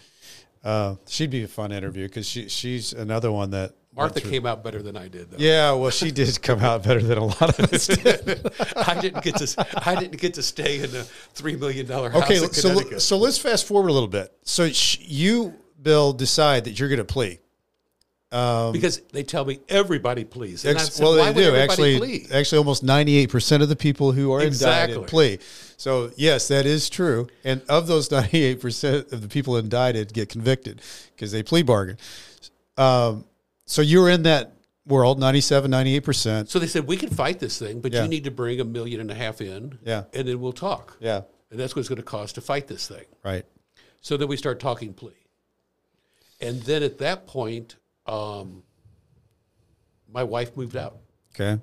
[SPEAKER 1] uh, she'd be a fun interview because she she's another one that
[SPEAKER 2] Martha came out better than I did, though.
[SPEAKER 1] Yeah, well, she did come out better than a lot of us did.
[SPEAKER 2] I didn't get to. I didn't get to stay in a three million dollar house
[SPEAKER 1] okay,
[SPEAKER 2] in
[SPEAKER 1] so
[SPEAKER 2] Connecticut.
[SPEAKER 1] so let's fast forward a little bit. So sh- you, Bill, decide that you're going to plea.
[SPEAKER 2] Um, because they tell me everybody please. And I
[SPEAKER 1] Ex-
[SPEAKER 2] said,
[SPEAKER 1] well,
[SPEAKER 2] "Why
[SPEAKER 1] they
[SPEAKER 2] would
[SPEAKER 1] do
[SPEAKER 2] everybody
[SPEAKER 1] actually.
[SPEAKER 2] please?"
[SPEAKER 1] Actually, almost ninety-eight percent of the people who are
[SPEAKER 2] Exactly.
[SPEAKER 1] indicted plea. So yes, that is true. And of those ninety-eight percent of the people indicted get convicted because they plea bargain. Um, so you're in that world, 97, 98 percent.
[SPEAKER 2] So they said we can fight this thing, but
[SPEAKER 1] Yeah.
[SPEAKER 2] you need to bring a million and a half in,
[SPEAKER 1] Yeah.
[SPEAKER 2] and then we'll talk.
[SPEAKER 1] Yeah,
[SPEAKER 2] And that's what it's going to cost to fight this thing.
[SPEAKER 1] right.
[SPEAKER 2] So then we start talking plea. And then at that point, um, my wife moved out.
[SPEAKER 1] Okay.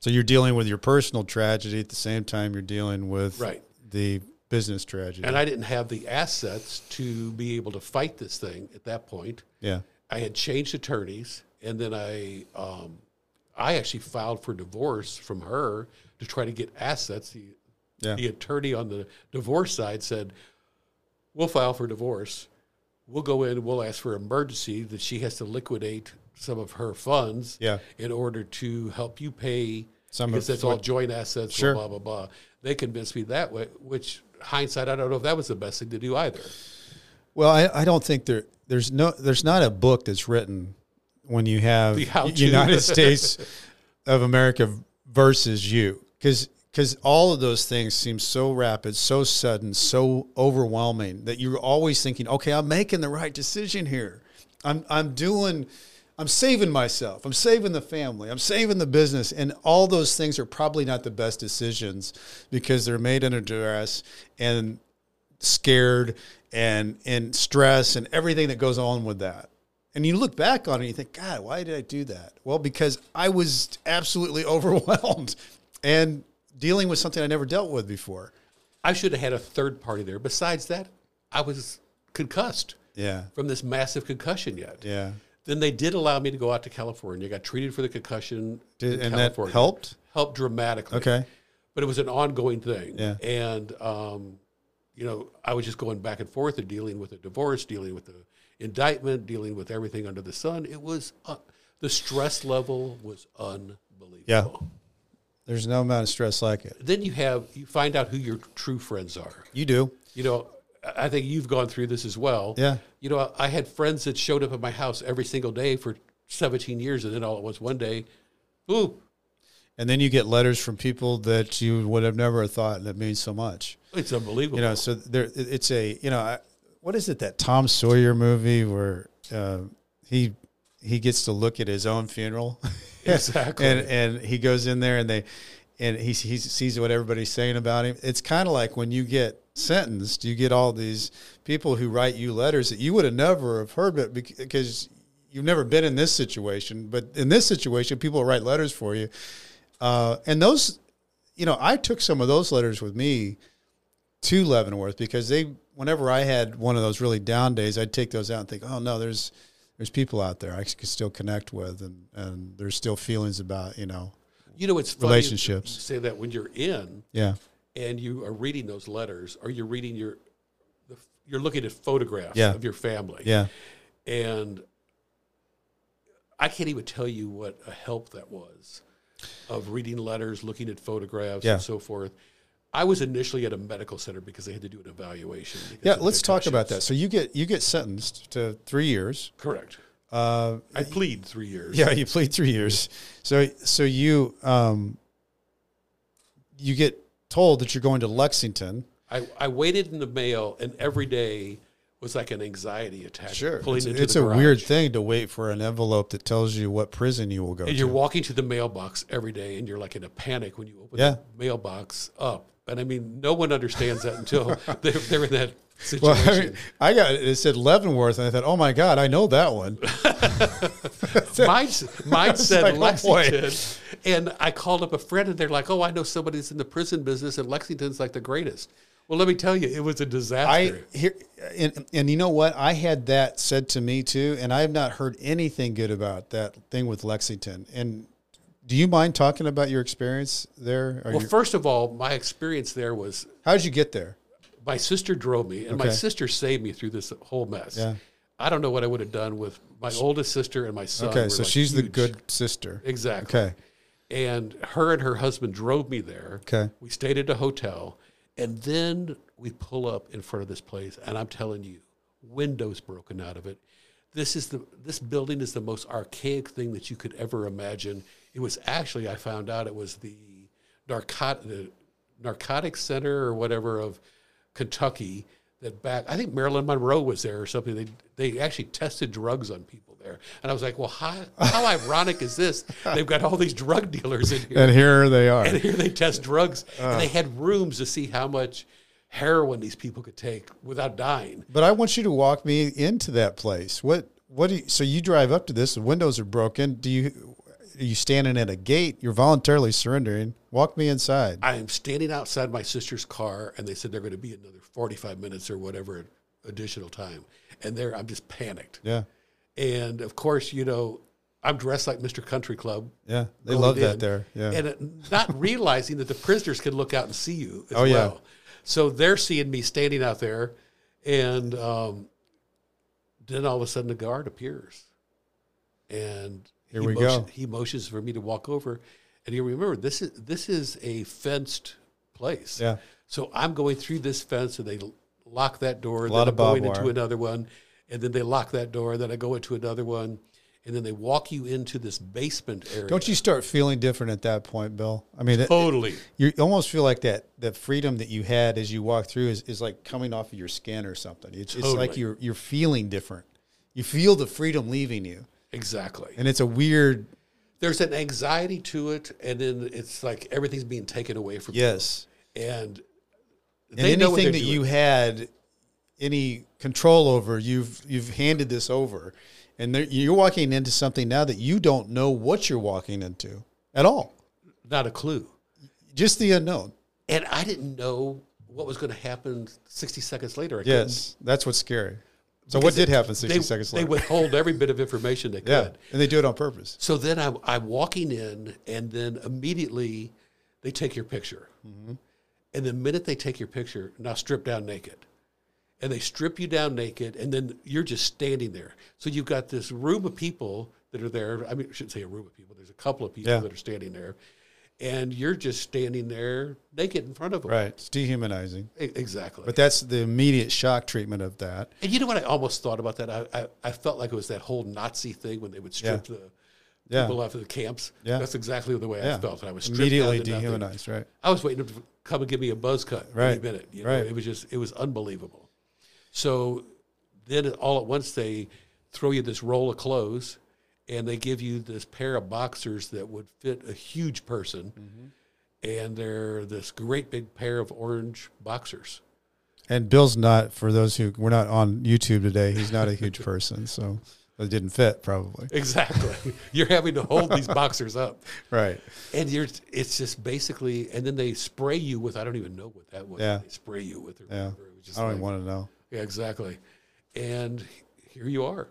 [SPEAKER 1] So you're dealing with your personal tragedy at the same time you're dealing with
[SPEAKER 2] Right.
[SPEAKER 1] the business tragedy.
[SPEAKER 2] And I didn't have the assets to be able to fight this thing at that point.
[SPEAKER 1] yeah.
[SPEAKER 2] I had changed attorneys, and then I, um, I actually filed for divorce from her to try to get assets. The,
[SPEAKER 1] Yeah.
[SPEAKER 2] the attorney on the divorce side said, "We'll file for divorce. We'll go in. We'll ask for emergency that she has to liquidate some of her funds
[SPEAKER 1] Yeah.
[SPEAKER 2] in order to help you pay
[SPEAKER 1] Some
[SPEAKER 2] because
[SPEAKER 1] of
[SPEAKER 2] that's all joint assets.
[SPEAKER 1] Sure.
[SPEAKER 2] Blah blah blah. They convinced me that way. Which hindsight, I don't know if that was the best thing to do either.
[SPEAKER 1] Well, I, I don't think there there's no there's not a book that's written when you have
[SPEAKER 2] The how-to.
[SPEAKER 1] United States of America versus you because because all of those things seem so rapid, so sudden, so overwhelming that you're always thinking, okay, I'm making the right decision here. I'm I'm doing. I'm saving myself. I'm saving the family. I'm saving the business. And all those things are probably not the best decisions because they're made under duress and scared and and stress and everything that goes on with that. And you look back on it and you think, God, why did I do that? Well, because I was absolutely overwhelmed and dealing with something I never dealt with before.
[SPEAKER 2] I should have had a third party there. Besides that, I was concussed
[SPEAKER 1] Yeah.
[SPEAKER 2] from this massive concussion yet.
[SPEAKER 1] Yeah.
[SPEAKER 2] Then they did allow me to go out to California. Got treated for the concussion.
[SPEAKER 1] Did,
[SPEAKER 2] in
[SPEAKER 1] and
[SPEAKER 2] California.
[SPEAKER 1] that helped?
[SPEAKER 2] Helped dramatically.
[SPEAKER 1] Okay.
[SPEAKER 2] But it was an ongoing thing.
[SPEAKER 1] Yeah.
[SPEAKER 2] And, um, you know, I was just going back and forth and dealing with a divorce, dealing with the indictment, dealing with everything under the sun. It was, uh, the stress level was unbelievable.
[SPEAKER 1] Yeah. There's no amount of stress like it.
[SPEAKER 2] Then you have, you find out who your true friends are.
[SPEAKER 1] You do.
[SPEAKER 2] You know, I- I think you've gone through this as well.
[SPEAKER 1] Yeah.
[SPEAKER 2] You know, I had friends that showed up at my house every single day for 17 years, and then all at once one day, boop,
[SPEAKER 1] And then you get letters from people that you would have never thought that means so much.
[SPEAKER 2] it's unbelievable.
[SPEAKER 1] You know, so there it- it's a you know I, what is it that Tom Sawyer movie where uh, he he gets to look at his own funeral,
[SPEAKER 2] Exactly.
[SPEAKER 1] and and he goes in there and they and he he sees what everybody's saying about him. It's kind of like when you get sentenced, you get all these people who write you letters that you would have never have heard, but bec- because you've never been in this situation, but in this situation, people write letters for you, uh, and those. You know, I took some of those letters with me to Leavenworth because they whenever I had one of those really down days, I'd take those out and think, oh no, there's there's people out there I could still connect with, and and there's still feelings about you know,
[SPEAKER 2] You know, it's funny you
[SPEAKER 1] relationships.
[SPEAKER 2] say that when you're in
[SPEAKER 1] yeah,
[SPEAKER 2] and you are reading those letters, or you're reading your, the- you're looking at photographs
[SPEAKER 1] Yeah.
[SPEAKER 2] of your family.
[SPEAKER 1] yeah,
[SPEAKER 2] And I can't even tell you what a help that was of reading letters, looking at photographs,
[SPEAKER 1] Yeah.
[SPEAKER 2] and so forth. I was initially at a medical center because they had to do an evaluation. because
[SPEAKER 1] yeah.
[SPEAKER 2] of
[SPEAKER 1] Let's talk about that.
[SPEAKER 2] concussions.
[SPEAKER 1] So you get you get sentenced to three years.
[SPEAKER 2] Correct.
[SPEAKER 1] Uh,
[SPEAKER 2] I plead three years.
[SPEAKER 1] yeah, you played three years. So so you um you get told that you're going to Lexington.
[SPEAKER 2] I, I waited in the mail, and every day was like an anxiety attack. pulling
[SPEAKER 1] it's,
[SPEAKER 2] into
[SPEAKER 1] it's
[SPEAKER 2] the
[SPEAKER 1] a
[SPEAKER 2] garage.
[SPEAKER 1] weird thing to wait for an envelope that tells you what prison you will go
[SPEAKER 2] And
[SPEAKER 1] to.
[SPEAKER 2] you're walking to the mailbox every day, and you're like in a panic when you open
[SPEAKER 1] Yeah.
[SPEAKER 2] the mailbox up. And I mean, no one understands that until they're, they're in that
[SPEAKER 1] Well,
[SPEAKER 2] situation.
[SPEAKER 1] I, mean, I got it said Leavenworth, and I thought, oh my god, I know that one.
[SPEAKER 2] mine, mine said
[SPEAKER 1] like, oh, boy.
[SPEAKER 2] Lexington, and I called up a friend, and they're like, "Oh, I know somebody that's in the prison business, and Lexington's like the greatest." Well, let me tell you, it was a disaster.
[SPEAKER 1] I here, and, and you know what? I had that said to me too, and I have not heard anything good about that thing with Lexington. And do you mind talking about your experience there? Are
[SPEAKER 2] well,
[SPEAKER 1] you,
[SPEAKER 2] first of all, my experience there was
[SPEAKER 1] how did you get there?
[SPEAKER 2] my sister drove me, and my
[SPEAKER 1] Okay.
[SPEAKER 2] sister saved me through this whole mess. I don't know what I would have done with my oldest sister and my son.
[SPEAKER 1] Okay,
[SPEAKER 2] uh, were,
[SPEAKER 1] so
[SPEAKER 2] like,
[SPEAKER 1] she's the
[SPEAKER 2] huge.
[SPEAKER 1] good sister.
[SPEAKER 2] exactly.
[SPEAKER 1] Okay,
[SPEAKER 2] And her and her husband drove me there.
[SPEAKER 1] Okay.
[SPEAKER 2] We stayed at a hotel, and then we pull up in front of this place, and I'm telling you, windows broken out of it. This is the this building is the most archaic thing that you could ever imagine. It was actually I found out it was the narcot the narcotics center or whatever of Kentucky that back I think Marilyn Monroe was there or something. They they actually tested drugs on people there. And I was like, well how how ironic is this? They've got all these drug dealers in here.
[SPEAKER 1] And here they are.
[SPEAKER 2] And here they test drugs. and they had rooms to see how much heroin these people could take without dying.
[SPEAKER 1] But I want you to walk me into that place. What what do you, so you drive up to this? The windows are broken. Do you are you standing at a gate? You're voluntarily surrendering. Walk me inside.
[SPEAKER 2] I am standing outside my sister's car, and they said they're going to be another 45 minutes or whatever additional time. And there, I'm just panicked.
[SPEAKER 1] yeah,
[SPEAKER 2] And of course, you know, I'm dressed like Mr. Country Club.
[SPEAKER 1] yeah. They
[SPEAKER 2] going
[SPEAKER 1] love that
[SPEAKER 2] in,
[SPEAKER 1] there. Yeah.
[SPEAKER 2] Oh, And uh, not realizing that the prisoners can look out and see you as
[SPEAKER 1] Oh,
[SPEAKER 2] well.
[SPEAKER 1] yeah.
[SPEAKER 2] So they're seeing me standing out there. And um, then all of a sudden the guard appears. And
[SPEAKER 1] Here
[SPEAKER 2] he
[SPEAKER 1] we
[SPEAKER 2] motion-
[SPEAKER 1] go.
[SPEAKER 2] he motions for me to walk over. And you remember this is this is a fenced place.
[SPEAKER 1] Yeah.
[SPEAKER 2] So I'm going through this fence and they l- lock that door. A
[SPEAKER 1] lot of
[SPEAKER 2] then I'm
[SPEAKER 1] barbed
[SPEAKER 2] going into
[SPEAKER 1] wire.
[SPEAKER 2] another one, and then they lock that door, and then I go into another one, and then they walk you into this basement area.
[SPEAKER 1] Don't you start feeling different at that point, Bill? I mean, it,
[SPEAKER 2] Totally.
[SPEAKER 1] you almost feel like that that freedom that you had as you walk through is, is like coming off of your skin or something. It's, it's like
[SPEAKER 2] Totally.
[SPEAKER 1] you're you're feeling different. You feel the freedom leaving you,
[SPEAKER 2] Exactly.
[SPEAKER 1] and it's a weird
[SPEAKER 2] There's an anxiety to it, and then it's like everything's being taken away from
[SPEAKER 1] yes.
[SPEAKER 2] you. And
[SPEAKER 1] And
[SPEAKER 2] they know what
[SPEAKER 1] anything
[SPEAKER 2] they're
[SPEAKER 1] that you
[SPEAKER 2] doing.
[SPEAKER 1] had any control over, you've you've handed this over, and there, you're walking into something now that you don't know what you're walking into at all.
[SPEAKER 2] not a clue.
[SPEAKER 1] Just the unknown.
[SPEAKER 2] And I didn't know what was going to happen 60 seconds later. I couldn't
[SPEAKER 1] Yes, that's what's scary. So what did happen 60
[SPEAKER 2] they,
[SPEAKER 1] seconds
[SPEAKER 2] They
[SPEAKER 1] later?
[SPEAKER 2] withhold every bit of information they could.
[SPEAKER 1] yeah, and they do it on purpose.
[SPEAKER 2] So then I'm, I'm walking in, and then immediately they take your picture.
[SPEAKER 1] Mm-hmm.
[SPEAKER 2] And the minute they take your picture, now strip down naked. And they strip you down naked, and then you're just standing there. So you've got this room of people that are there. I mean, I shouldn't say a room of people, there's a couple of people
[SPEAKER 1] Yeah.
[SPEAKER 2] that are standing there. And you're just standing there naked in front of them.
[SPEAKER 1] Right, it's dehumanizing.
[SPEAKER 2] E- Exactly.
[SPEAKER 1] But that's the immediate shock treatment of that.
[SPEAKER 2] And you know what I almost thought about that? I, I, I felt like it was that whole Nazi thing when they would strip the
[SPEAKER 1] Yeah.
[SPEAKER 2] people off of the camps.
[SPEAKER 1] Yeah.
[SPEAKER 2] That's exactly the way
[SPEAKER 1] Yeah,
[SPEAKER 2] I felt. I was stripped down
[SPEAKER 1] immediately
[SPEAKER 2] to nothing.
[SPEAKER 1] dehumanized. Right.
[SPEAKER 2] I was waiting to come and give me a buzz cut any
[SPEAKER 1] Right.
[SPEAKER 2] minute. You
[SPEAKER 1] Right.
[SPEAKER 2] Know? It was just, it was unbelievable. So then all at once they throw you this roll of clothes and they give you this pair of boxers that would fit a huge person.
[SPEAKER 1] Mm-hmm.
[SPEAKER 2] And they're this great big pair of orange boxers.
[SPEAKER 1] And Bill's not for those who we're not on YouTube today. He's not a huge person, so it didn't fit probably.
[SPEAKER 2] Exactly. You're having to hold these boxers up.
[SPEAKER 1] Right.
[SPEAKER 2] And you're it's just basically and then they spray you with I don't even know what that was.
[SPEAKER 1] Yeah.
[SPEAKER 2] They spray you with or
[SPEAKER 1] Yeah.
[SPEAKER 2] whatever. It was just
[SPEAKER 1] I don't even
[SPEAKER 2] like-
[SPEAKER 1] want to know.
[SPEAKER 2] Yeah, exactly. And here you are.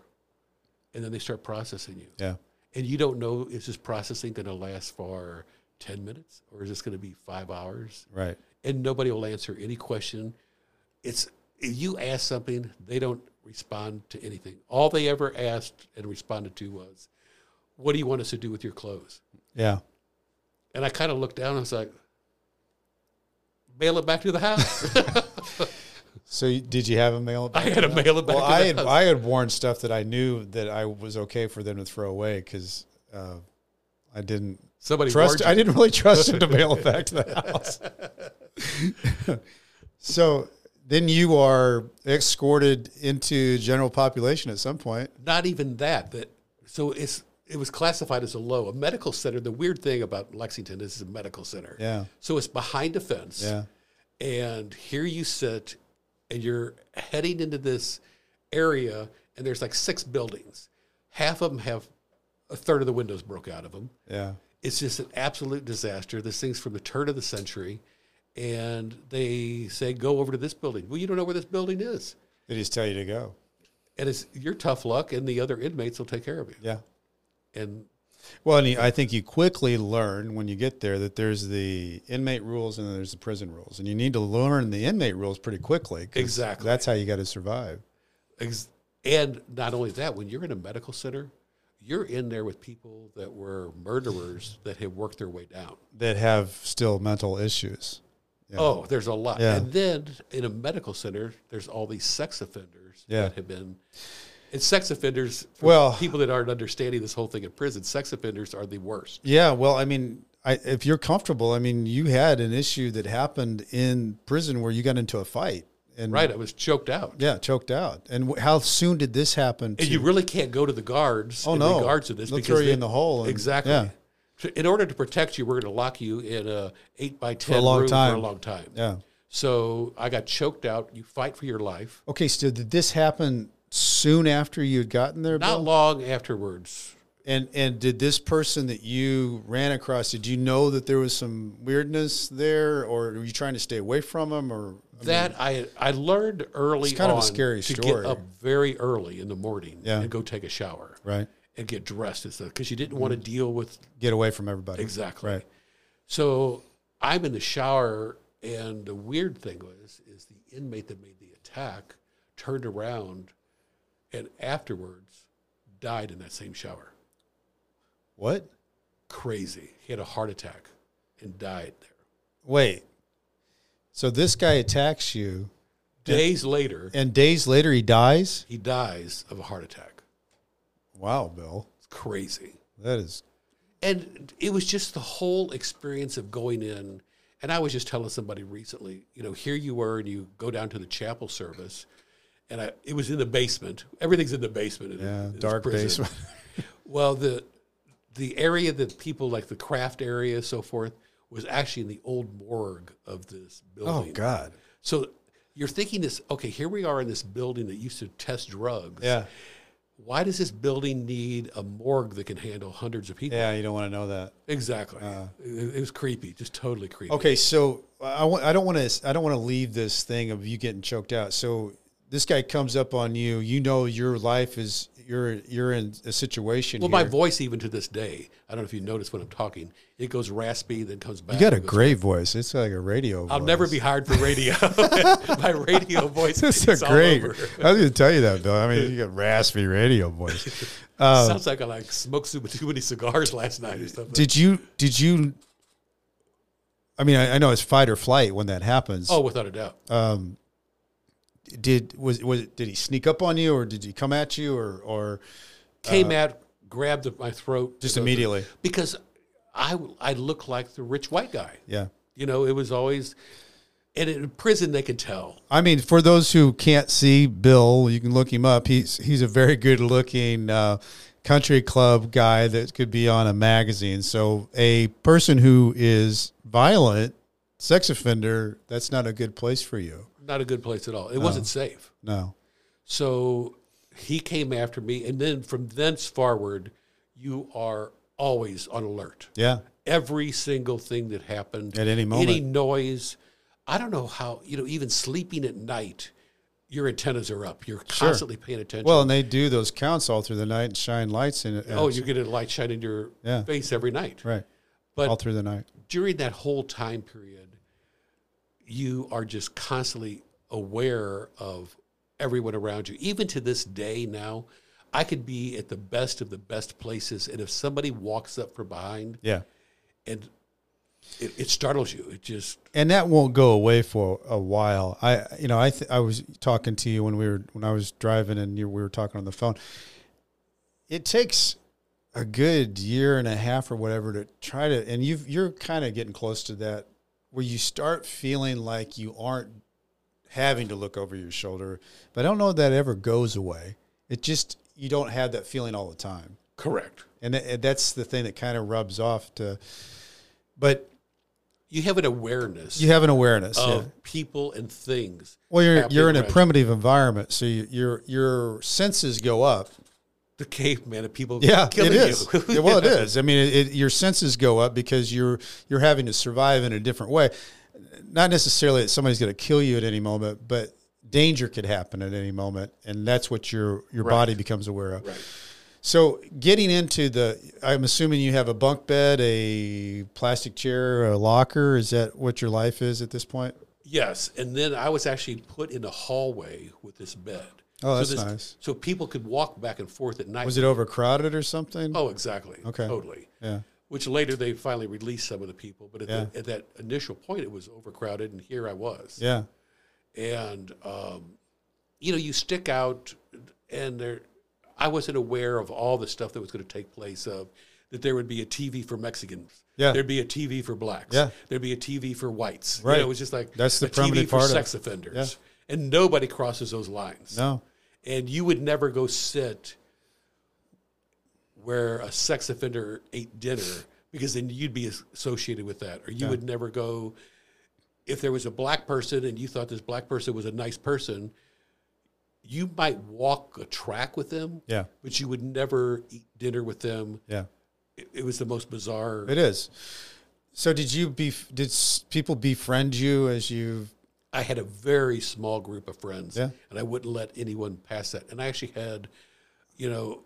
[SPEAKER 2] And then they start processing you.
[SPEAKER 1] Yeah.
[SPEAKER 2] And you don't know is this processing gonna last for ten minutes or is this gonna be five hours?
[SPEAKER 1] Right.
[SPEAKER 2] And nobody will answer any question. It's if you ask something, they don't respond to anything. All they ever asked and responded to was, What do you want us to do with your clothes?
[SPEAKER 1] Yeah.
[SPEAKER 2] And I kind of looked down and I was like, mail it back to the house.
[SPEAKER 1] So you- did you have a mail? it
[SPEAKER 2] I
[SPEAKER 1] back?
[SPEAKER 2] had to mail it back
[SPEAKER 1] Well,
[SPEAKER 2] to the
[SPEAKER 1] I had
[SPEAKER 2] house.
[SPEAKER 1] I had worn stuff that I knew that I was okay for them to throw away because uh, I didn't
[SPEAKER 2] Somebody warned
[SPEAKER 1] trust.
[SPEAKER 2] you.
[SPEAKER 1] I didn't really trust him to mail it back to the house. so then you are escorted into general population at some point.
[SPEAKER 2] Not even that. That so it's it was classified as a low, a medical center. The weird thing about Lexington is it's a medical center.
[SPEAKER 1] Yeah.
[SPEAKER 2] So it's behind a fence.
[SPEAKER 1] Yeah.
[SPEAKER 2] And here you sit and you're heading into this area and there's like six buildings. Half of them have a third of the windows broke out of them.
[SPEAKER 1] Yeah.
[SPEAKER 2] it's just an absolute disaster. This thing's from the turn of the century, and they say go over to this building. Well, you don't know where this building is,
[SPEAKER 1] They just tell you to go.
[SPEAKER 2] and it's your tough luck, and the other inmates will take care of you.
[SPEAKER 1] Yeah.
[SPEAKER 2] And
[SPEAKER 1] Well, and you- I think you quickly learn when you get there that there's the inmate rules and then there's the prison rules, and you need to learn the inmate rules pretty quickly. 'cause
[SPEAKER 2] Exactly.
[SPEAKER 1] That's how you got to survive.
[SPEAKER 2] ex- and not only that, when you're in a medical center, you're in there with people that were murderers that had worked their way down.
[SPEAKER 1] That have still mental issues.
[SPEAKER 2] Oh, there's a lot.
[SPEAKER 1] Yeah.
[SPEAKER 2] And then in a medical center, there's all these sex offenders
[SPEAKER 1] Yeah.
[SPEAKER 2] that have been It's sex offenders. For
[SPEAKER 1] Well-
[SPEAKER 2] people that aren't understanding this whole thing in prison, sex offenders are the worst.
[SPEAKER 1] Yeah, well, I mean, I, if you're comfortable, I mean, you had an issue that happened in prison where you got into a fight and
[SPEAKER 2] Right? I was choked out.
[SPEAKER 1] yeah, choked out. And wh- how soon did this happen?
[SPEAKER 2] And
[SPEAKER 1] to-
[SPEAKER 2] you really can't go to the guards
[SPEAKER 1] Oh,
[SPEAKER 2] in
[SPEAKER 1] no.
[SPEAKER 2] regards to this
[SPEAKER 1] They'll throw you in the hole and-
[SPEAKER 2] exactly.
[SPEAKER 1] yeah.
[SPEAKER 2] So In order to protect you, we're going to lock you in a eight by ten
[SPEAKER 1] long
[SPEAKER 2] room for
[SPEAKER 1] time.
[SPEAKER 2] a long time.
[SPEAKER 1] yeah.
[SPEAKER 2] So I got choked out. You fight for your life.
[SPEAKER 1] Okay, so did this happen soon after you had gotten there,
[SPEAKER 2] Not
[SPEAKER 1] Bill?
[SPEAKER 2] long afterwards,
[SPEAKER 1] And and did this person that you ran across, did you know that there was some weirdness there, or were you trying to stay away from them, or
[SPEAKER 2] that I I learned early
[SPEAKER 1] It's kind of a
[SPEAKER 2] on
[SPEAKER 1] scary
[SPEAKER 2] to
[SPEAKER 1] story.
[SPEAKER 2] get up very early in the morning
[SPEAKER 1] Yeah.
[SPEAKER 2] and go take a shower
[SPEAKER 1] right?
[SPEAKER 2] and get dressed and stuff because you didn't want to deal with
[SPEAKER 1] Get away from everybody,
[SPEAKER 2] exactly.
[SPEAKER 1] Mm. right?
[SPEAKER 2] So I'm in the shower and the weird thing was is the inmate that made the attack turned around and afterwards died in that same shower.
[SPEAKER 1] What?
[SPEAKER 2] Crazy. He had a heart attack and died there.
[SPEAKER 1] Wait. So this guy attacks you,
[SPEAKER 2] Days later,
[SPEAKER 1] and days later he dies.
[SPEAKER 2] he dies of a heart attack.
[SPEAKER 1] Wow, Bill,
[SPEAKER 2] It's crazy.
[SPEAKER 1] that is
[SPEAKER 2] And it was just the whole experience of going in. And I was just telling somebody recently, you know, here you were and you go down to the chapel service. And I, it was in the basement. Everything's in the basement. in-
[SPEAKER 1] yeah,
[SPEAKER 2] in this
[SPEAKER 1] dark
[SPEAKER 2] prison.
[SPEAKER 1] basement.
[SPEAKER 2] Well, the the area that people like the craft area, so forth, was actually in the old morgue of this
[SPEAKER 1] oh
[SPEAKER 2] building.
[SPEAKER 1] God,
[SPEAKER 2] So you're thinking this, okay, here we are in this building that used to test drugs.
[SPEAKER 1] yeah,
[SPEAKER 2] Why does this building need a morgue that can handle hundreds of people?
[SPEAKER 1] yeah. You don't want to know that.
[SPEAKER 2] Exactly. it, it was creepy, just totally creepy.
[SPEAKER 1] Okay, so uh, I, wa- I don't want to I don't want to leave this thing of you getting choked out. So this guy comes up on you. You know your life is you're you're in a situation.
[SPEAKER 2] Well, my
[SPEAKER 1] here.
[SPEAKER 2] voice, even to this day, I don't know if you notice when I'm talking, it goes raspy, then comes back.
[SPEAKER 1] you got a
[SPEAKER 2] and goes-
[SPEAKER 1] great voice. It's like a radio.
[SPEAKER 2] I'll never be hired for radio. my radio voice
[SPEAKER 1] It's
[SPEAKER 2] is
[SPEAKER 1] a
[SPEAKER 2] all
[SPEAKER 1] great.
[SPEAKER 2] over.
[SPEAKER 1] I was going to tell you that, Bill. I mean, you got raspy radio voice.
[SPEAKER 2] Sounds like I like smoked too, too many cigars last night or something.
[SPEAKER 1] um, Did you? Did you? I mean, I, I know it's fight or flight when that happens.
[SPEAKER 2] oh, without a doubt.
[SPEAKER 1] Uh, did was was did he sneak up on you, or did he come at you, or or
[SPEAKER 2] Came out, grabbed at my throat.
[SPEAKER 1] uh, just
[SPEAKER 2] you know,
[SPEAKER 1] immediately?
[SPEAKER 2] Because I, I look like the rich white guy.
[SPEAKER 1] Yeah.
[SPEAKER 2] You know, it was always, and in prison they could tell.
[SPEAKER 1] I mean, for those who can't see Bill, you can look him up. He's he's a very good looking uh, country club guy that could be on a magazine. So a person who is violent, sex offender, that's not a good place for you.
[SPEAKER 2] Not a good place at all. It wasn't
[SPEAKER 1] Uh-huh.
[SPEAKER 2] safe.
[SPEAKER 1] No.
[SPEAKER 2] So he came after me, and then from thence forward, you are always on alert.
[SPEAKER 1] Yeah.
[SPEAKER 2] Every single thing that happened
[SPEAKER 1] At any moment.
[SPEAKER 2] any noise. I don't know how you know. Even sleeping at night, your antennas are up. You're constantly paying attention.
[SPEAKER 1] Well, and they do those counts all through the night and shine lights in it.
[SPEAKER 2] oh, you get a light shine in your
[SPEAKER 1] Yeah.
[SPEAKER 2] face every night.
[SPEAKER 1] right.
[SPEAKER 2] But-
[SPEAKER 1] all through the night.
[SPEAKER 2] during that whole time period, you are just constantly aware of everyone around you. Even to this day now, I could be at the best of the best places, and if somebody walks up from behind,
[SPEAKER 1] Yeah.
[SPEAKER 2] and it, it startles you, it just
[SPEAKER 1] and that won't go away for a while. I, you know, I, th- I was talking to you when we were when I was driving and you, we were talking on the phone. It takes a good year and a half or whatever to try to, and you you're kind of getting close to that where you start feeling like you aren't having to look over your shoulder. But I don't know if that ever goes away. It just you don't have that feeling all the time
[SPEAKER 2] correct.
[SPEAKER 1] and, tha- and that's the thing that kind of rubs off to but
[SPEAKER 2] You have an awareness
[SPEAKER 1] you have an awareness
[SPEAKER 2] of
[SPEAKER 1] yeah.
[SPEAKER 2] people and things.
[SPEAKER 1] Well, you're
[SPEAKER 2] happening
[SPEAKER 1] you're in a
[SPEAKER 2] around you.
[SPEAKER 1] primitive environment, so you, your your senses go up.
[SPEAKER 2] the caveman of people.
[SPEAKER 1] Yeah,
[SPEAKER 2] killing
[SPEAKER 1] it is.
[SPEAKER 2] You.
[SPEAKER 1] Yeah, well, it is. I mean, it, it, your senses go up because you're you're having to survive in a different way. Not necessarily that somebody's going to kill you at any moment, but danger could happen at any moment, and that's what your your body becomes aware of.
[SPEAKER 2] Right.
[SPEAKER 1] So, getting into the, I'm assuming you have a bunk bed, a plastic chair, a locker. Is that what your life is at this point?
[SPEAKER 2] Yes, and then I was actually put in a hallway with this bed.
[SPEAKER 1] Oh, that's
[SPEAKER 2] so this,
[SPEAKER 1] nice.
[SPEAKER 2] So people could walk back and forth at night.
[SPEAKER 1] Was it overcrowded or something?
[SPEAKER 2] oh, exactly.
[SPEAKER 1] Okay.
[SPEAKER 2] Totally.
[SPEAKER 1] yeah.
[SPEAKER 2] Which later they finally released some of the people, but at, the, at that initial point it was overcrowded, and here I was.
[SPEAKER 1] Yeah.
[SPEAKER 2] And um, you know, you stick out, and there I wasn't aware of all the stuff that was going to take place of that there would be a TV for Mexicans.
[SPEAKER 1] Yeah.
[SPEAKER 2] There'd be a TV for blacks.
[SPEAKER 1] Yeah.
[SPEAKER 2] There'd be a TV for whites. You
[SPEAKER 1] Right.
[SPEAKER 2] know, it was just like
[SPEAKER 1] That's the
[SPEAKER 2] a TV
[SPEAKER 1] permanent
[SPEAKER 2] for
[SPEAKER 1] part of it.
[SPEAKER 2] sex offenders. And nobody crosses those lines.
[SPEAKER 1] No.
[SPEAKER 2] And you would never go sit where a sex offender ate dinner because then you'd be associated with that. Or you would never go if there was a black person and you thought this black person was a nice person, you might walk a track with them.
[SPEAKER 1] Yeah.
[SPEAKER 2] But you would never eat dinner with them.
[SPEAKER 1] Yeah.
[SPEAKER 2] It, it was the most bizarre.
[SPEAKER 1] It is. So did you be did s- people befriend you as you
[SPEAKER 2] I had a very small group of friends,
[SPEAKER 1] Yeah.
[SPEAKER 2] and I wouldn't let anyone pass that. And I actually had, you know,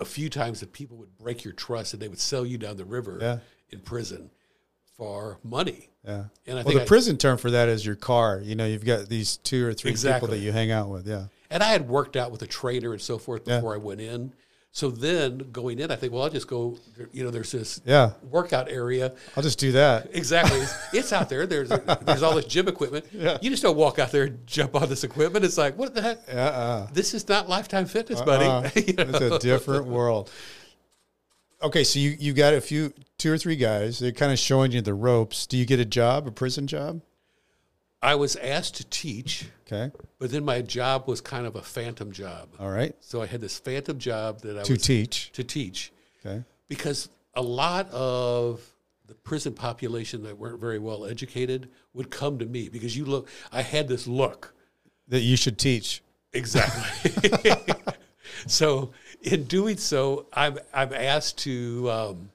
[SPEAKER 2] a few times that people would break your trust and they would sell you down the river
[SPEAKER 1] Yeah.
[SPEAKER 2] in prison for money.
[SPEAKER 1] Yeah.
[SPEAKER 2] And I
[SPEAKER 1] well,
[SPEAKER 2] think
[SPEAKER 1] the
[SPEAKER 2] I-
[SPEAKER 1] prison term for that is your car. You know, you've got these two or three people
[SPEAKER 2] Exactly.
[SPEAKER 1] that you hang out with. Yeah.
[SPEAKER 2] And I had worked out with a trainer and so forth before I went in. So then going in, I think, well, I'll just go, you know, there's this
[SPEAKER 1] Yeah.
[SPEAKER 2] workout area.
[SPEAKER 1] I'll just do that.
[SPEAKER 2] Exactly. It's, it's out there. There's there's all this gym equipment. You just don't walk out there and jump on this equipment. It's like, what the heck?
[SPEAKER 1] Uh-uh.
[SPEAKER 2] This is not lifetime fitness, buddy.
[SPEAKER 1] Uh,
[SPEAKER 2] You
[SPEAKER 1] It's
[SPEAKER 2] know?
[SPEAKER 1] a different world. Okay, so you you got a few two or three guys. They're kind of showing you the ropes. Do you get a job, a prison job?
[SPEAKER 2] I was asked to teach,
[SPEAKER 1] Okay.
[SPEAKER 2] but then my job was kind of a phantom job.
[SPEAKER 1] All right.
[SPEAKER 2] So I had this phantom job that I
[SPEAKER 1] To
[SPEAKER 2] was
[SPEAKER 1] teach.
[SPEAKER 2] to teach.
[SPEAKER 1] Okay.
[SPEAKER 2] because a lot of the prison population that weren't very well educated would come to me because you look I had this look
[SPEAKER 1] That you should teach.
[SPEAKER 2] exactly so in doing so I'm I'm asked to um,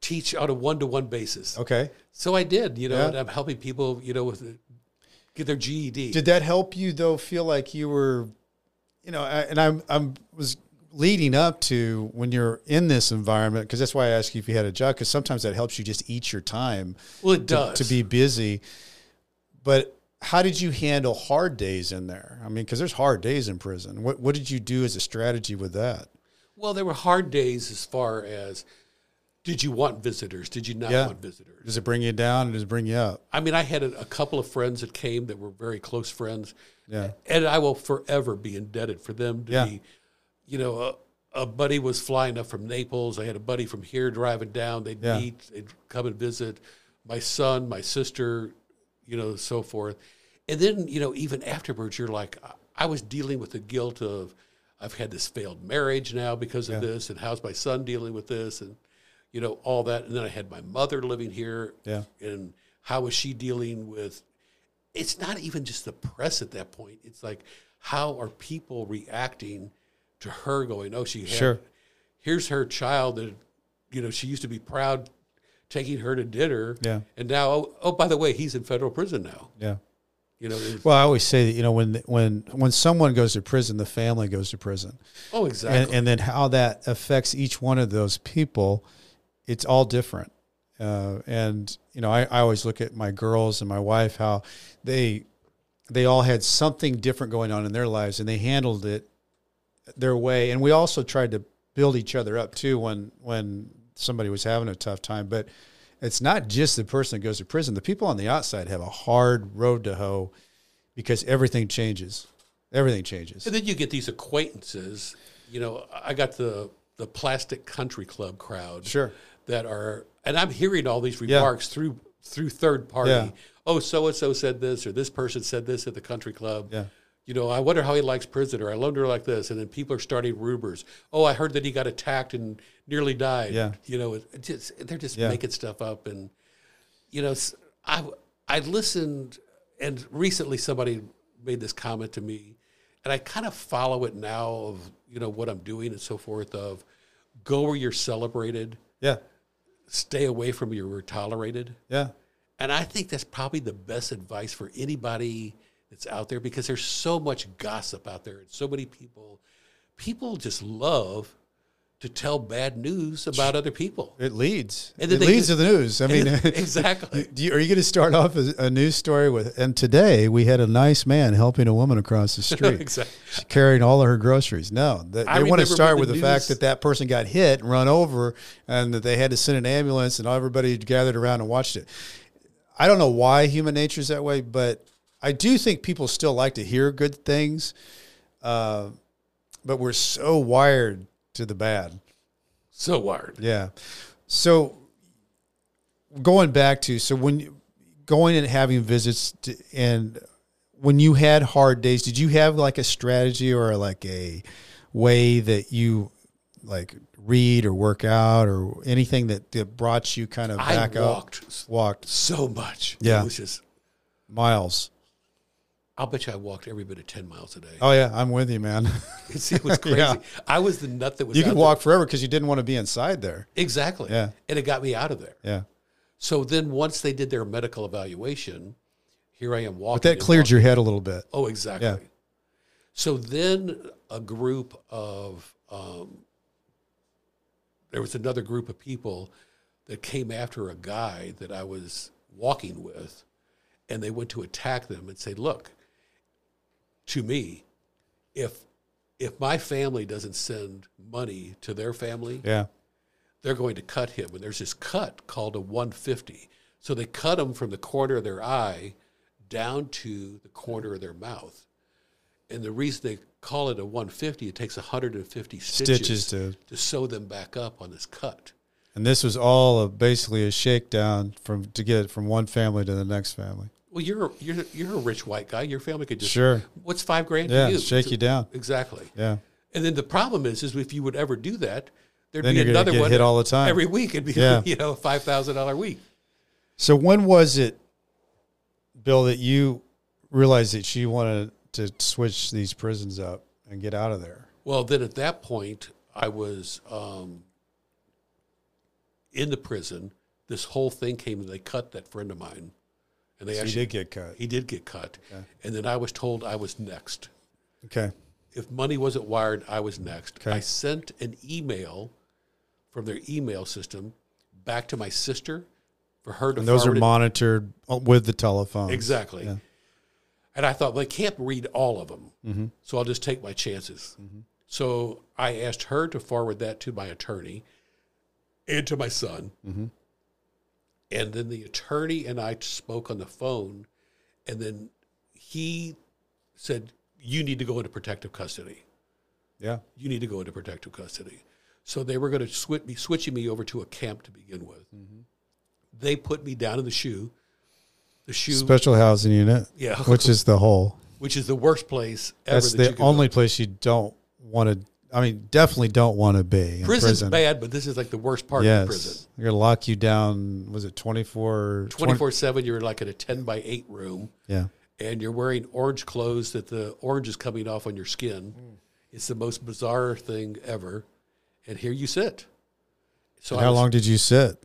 [SPEAKER 2] teach on a one to one basis
[SPEAKER 1] Okay.
[SPEAKER 2] so I did you know
[SPEAKER 1] Yeah.
[SPEAKER 2] and I'm helping people you know with uh, get their E GED
[SPEAKER 1] Did that help you though feel like you were you know, I- and I'm I'm was leading up to when you're in this environment because that's why I asked you if you had a job because sometimes that helps you just eat your time
[SPEAKER 2] well it
[SPEAKER 1] to,
[SPEAKER 2] does
[SPEAKER 1] to be busy. But how did you handle hard days in there? I mean, because there's hard days in prison. What what did you do as a strategy with that?
[SPEAKER 2] well there were hard days as far as did you want visitors did you not
[SPEAKER 1] Yeah.
[SPEAKER 2] want visitors
[SPEAKER 1] Does it bring you down or does it bring you up?
[SPEAKER 2] I mean, I had a, a couple of friends that came that were very close friends.
[SPEAKER 1] Yeah.
[SPEAKER 2] And I will forever be indebted for them to
[SPEAKER 1] Yeah.
[SPEAKER 2] be, you know, a, a buddy was flying up from Naples. I had a buddy from here driving down. They'd
[SPEAKER 1] Yeah.
[SPEAKER 2] meet, they'd come and visit my son, my sister, you know, so forth. And then, you know, even afterwards, you're like, I- I was dealing with the guilt of, I've had this failed marriage now because of this, and how's my son dealing with this, and you know all that. And then I had my mother living here,
[SPEAKER 1] Yeah.
[SPEAKER 2] and how is she dealing with it's not even just the press at that point it's like how are people reacting to her going oh she had,
[SPEAKER 1] Sure.
[SPEAKER 2] here's her child that you know she used to be proud taking her to dinner
[SPEAKER 1] Yeah.
[SPEAKER 2] and now oh, oh by the way he's in federal prison now
[SPEAKER 1] Yeah.
[SPEAKER 2] you know it's-
[SPEAKER 1] Well, I always say that you know when when when someone goes to prison, the family goes to prison,
[SPEAKER 2] oh exactly
[SPEAKER 1] and, and then how that affects each one of those people, it's all different. Uh, and you know, I, I always look at my girls and my wife how they they all had something different going on in their lives, and they handled it their way. And we also tried to build each other up too when when somebody was having a tough time. But it's not just the person that goes to prison. The people on the outside have a hard road to hoe because everything changes. Everything changes.
[SPEAKER 2] And then you get these acquaintances. You know, I got the the plastic country club crowd.
[SPEAKER 1] Sure.
[SPEAKER 2] That are, and I'm hearing all these remarks through through third party.
[SPEAKER 1] Yeah.
[SPEAKER 2] Oh, so and so said this, or this person said this at the country club.
[SPEAKER 1] Yeah.
[SPEAKER 2] You know, I wonder how he likes prison, or I wonder like this, and then people are starting rumors. Oh, I heard that he got attacked and nearly died.
[SPEAKER 1] Yeah.
[SPEAKER 2] You know, it, it just they're just
[SPEAKER 1] Yeah.
[SPEAKER 2] making stuff up, and you know, s- I I listened, and recently somebody made this comment to me, and I kind of follow it now of you know what I'm doing and so forth. Of go where you're celebrated,
[SPEAKER 1] Yeah.
[SPEAKER 2] stay away from where you're tolerated,
[SPEAKER 1] Yeah.
[SPEAKER 2] and I think that's probably the best advice for anybody that's out there because there's so much gossip out there and so many people. People just love to tell bad news about other people.
[SPEAKER 1] It leads.
[SPEAKER 2] And
[SPEAKER 1] It
[SPEAKER 2] then they
[SPEAKER 1] leads
[SPEAKER 2] do-
[SPEAKER 1] to the news. I mean,
[SPEAKER 2] exactly.
[SPEAKER 1] do you, are you going to start off as a news story with? And today we had a nice man helping a woman across the street,
[SPEAKER 2] Exactly.
[SPEAKER 1] She's carrying all of her groceries. No, they,
[SPEAKER 2] I
[SPEAKER 1] they want to
[SPEAKER 2] remember
[SPEAKER 1] start
[SPEAKER 2] when
[SPEAKER 1] with
[SPEAKER 2] the
[SPEAKER 1] the fact
[SPEAKER 2] news-
[SPEAKER 1] that that person got hit and run over, and that they had to send an ambulance, and everybody gathered around and watched it. I don't know why human nature is that way, but I do think people still like to hear good things. Uh, but we're so wired to the bad.
[SPEAKER 2] So wired.
[SPEAKER 1] Yeah. So going back to so when you- going and having visits to, and when you had hard days, did you have like a strategy or like a way that you like read or work out or anything that, that brought you kind of
[SPEAKER 2] I
[SPEAKER 1] back up?
[SPEAKER 2] walked s-
[SPEAKER 1] Walked
[SPEAKER 2] so much.
[SPEAKER 1] Yeah.
[SPEAKER 2] It was just,
[SPEAKER 1] miles.
[SPEAKER 2] I'll bet you I walked every bit of 10 miles a day.
[SPEAKER 1] Oh yeah, I'm with you, man.
[SPEAKER 2] It's, it was crazy.
[SPEAKER 1] Yeah.
[SPEAKER 2] I was the nut that was
[SPEAKER 1] you
[SPEAKER 2] out
[SPEAKER 1] could
[SPEAKER 2] there.
[SPEAKER 1] walk forever because you didn't want to be inside there.
[SPEAKER 2] Exactly.
[SPEAKER 1] Yeah.
[SPEAKER 2] And it got me out of there.
[SPEAKER 1] Yeah.
[SPEAKER 2] So then once they did their medical evaluation, here I am walking.
[SPEAKER 1] That
[SPEAKER 2] and
[SPEAKER 1] cleared your head a little bit.
[SPEAKER 2] walking. Oh, exactly.
[SPEAKER 1] Yeah.
[SPEAKER 2] So then a group of, um, there was another group of people that came after a guy that I was walking with, and they went to attack them and say, look, to me, if if my family doesn't send money to their family,
[SPEAKER 1] Yeah.
[SPEAKER 2] they're going to cut him. And there's this cut called a 150. So they cut him from the corner of their eye down to the corner of their mouth. And the reason they call it a 150, it takes 150 stitches,
[SPEAKER 1] Stitches to
[SPEAKER 2] to sew them back up on this cut.
[SPEAKER 1] And this was all a, basically a shakedown from to get it from one family to the next family.
[SPEAKER 2] Well, you're you're you're a rich white guy. Your family could just
[SPEAKER 1] Sure.
[SPEAKER 2] What's five grand
[SPEAKER 1] Yeah,
[SPEAKER 2] to you?
[SPEAKER 1] shake you down.
[SPEAKER 2] Exactly.
[SPEAKER 1] Yeah.
[SPEAKER 2] And then the problem is, is if you would ever do that, there'd
[SPEAKER 1] Then
[SPEAKER 2] be
[SPEAKER 1] you're gonna
[SPEAKER 2] another
[SPEAKER 1] get
[SPEAKER 2] one
[SPEAKER 1] hit all the time.
[SPEAKER 2] every week. It'd be
[SPEAKER 1] Yeah.
[SPEAKER 2] you know five thousand dollar week.
[SPEAKER 1] So when was it, Bill, that you realized that you wanted to switch these prisons up and get out of there?
[SPEAKER 2] Well, then at that point, I was um, in the prison. This whole thing came and they cut that friend of mine. And they
[SPEAKER 1] So you
[SPEAKER 2] actually,
[SPEAKER 1] did get cut.
[SPEAKER 2] he did get cut. And then I was told I was next.
[SPEAKER 1] Okay.
[SPEAKER 2] If money wasn't wired, I was next. I sent an email from their email system back to my sister for her to
[SPEAKER 1] And those are
[SPEAKER 2] forward it-
[SPEAKER 1] monitored uh, with the telephone.
[SPEAKER 2] Exactly. And I thought, well, I can't read all of them, so I'll just take my chances. So I asked her to forward that to my attorney and to my son. And then the attorney and I spoke on the phone, and then he said, You need to go into protective custody.
[SPEAKER 1] Yeah.
[SPEAKER 2] You need to go into protective custody. So they were going to switch me, switching me over to a camp to begin with. They put me down in the shoe. The shoe
[SPEAKER 1] Special housing unit.
[SPEAKER 2] Yeah.
[SPEAKER 1] Which is the whole.
[SPEAKER 2] which is the worst place ever.
[SPEAKER 1] That's
[SPEAKER 2] that you
[SPEAKER 1] the
[SPEAKER 2] could go.
[SPEAKER 1] only place you don't want to. I mean, definitely don't want to be in
[SPEAKER 2] prison's
[SPEAKER 1] prison.
[SPEAKER 2] bad, but this is like the worst part
[SPEAKER 1] yes.
[SPEAKER 2] of prison.
[SPEAKER 1] They're going to lock you down. Was it 24?
[SPEAKER 2] 24 7, you're like in a 10 by 8 room
[SPEAKER 1] Yeah.
[SPEAKER 2] and you're wearing orange clothes that the orange is coming off on your skin. It's the most bizarre thing ever. And here you sit. So
[SPEAKER 1] And
[SPEAKER 2] I
[SPEAKER 1] how
[SPEAKER 2] was-
[SPEAKER 1] long did you sit?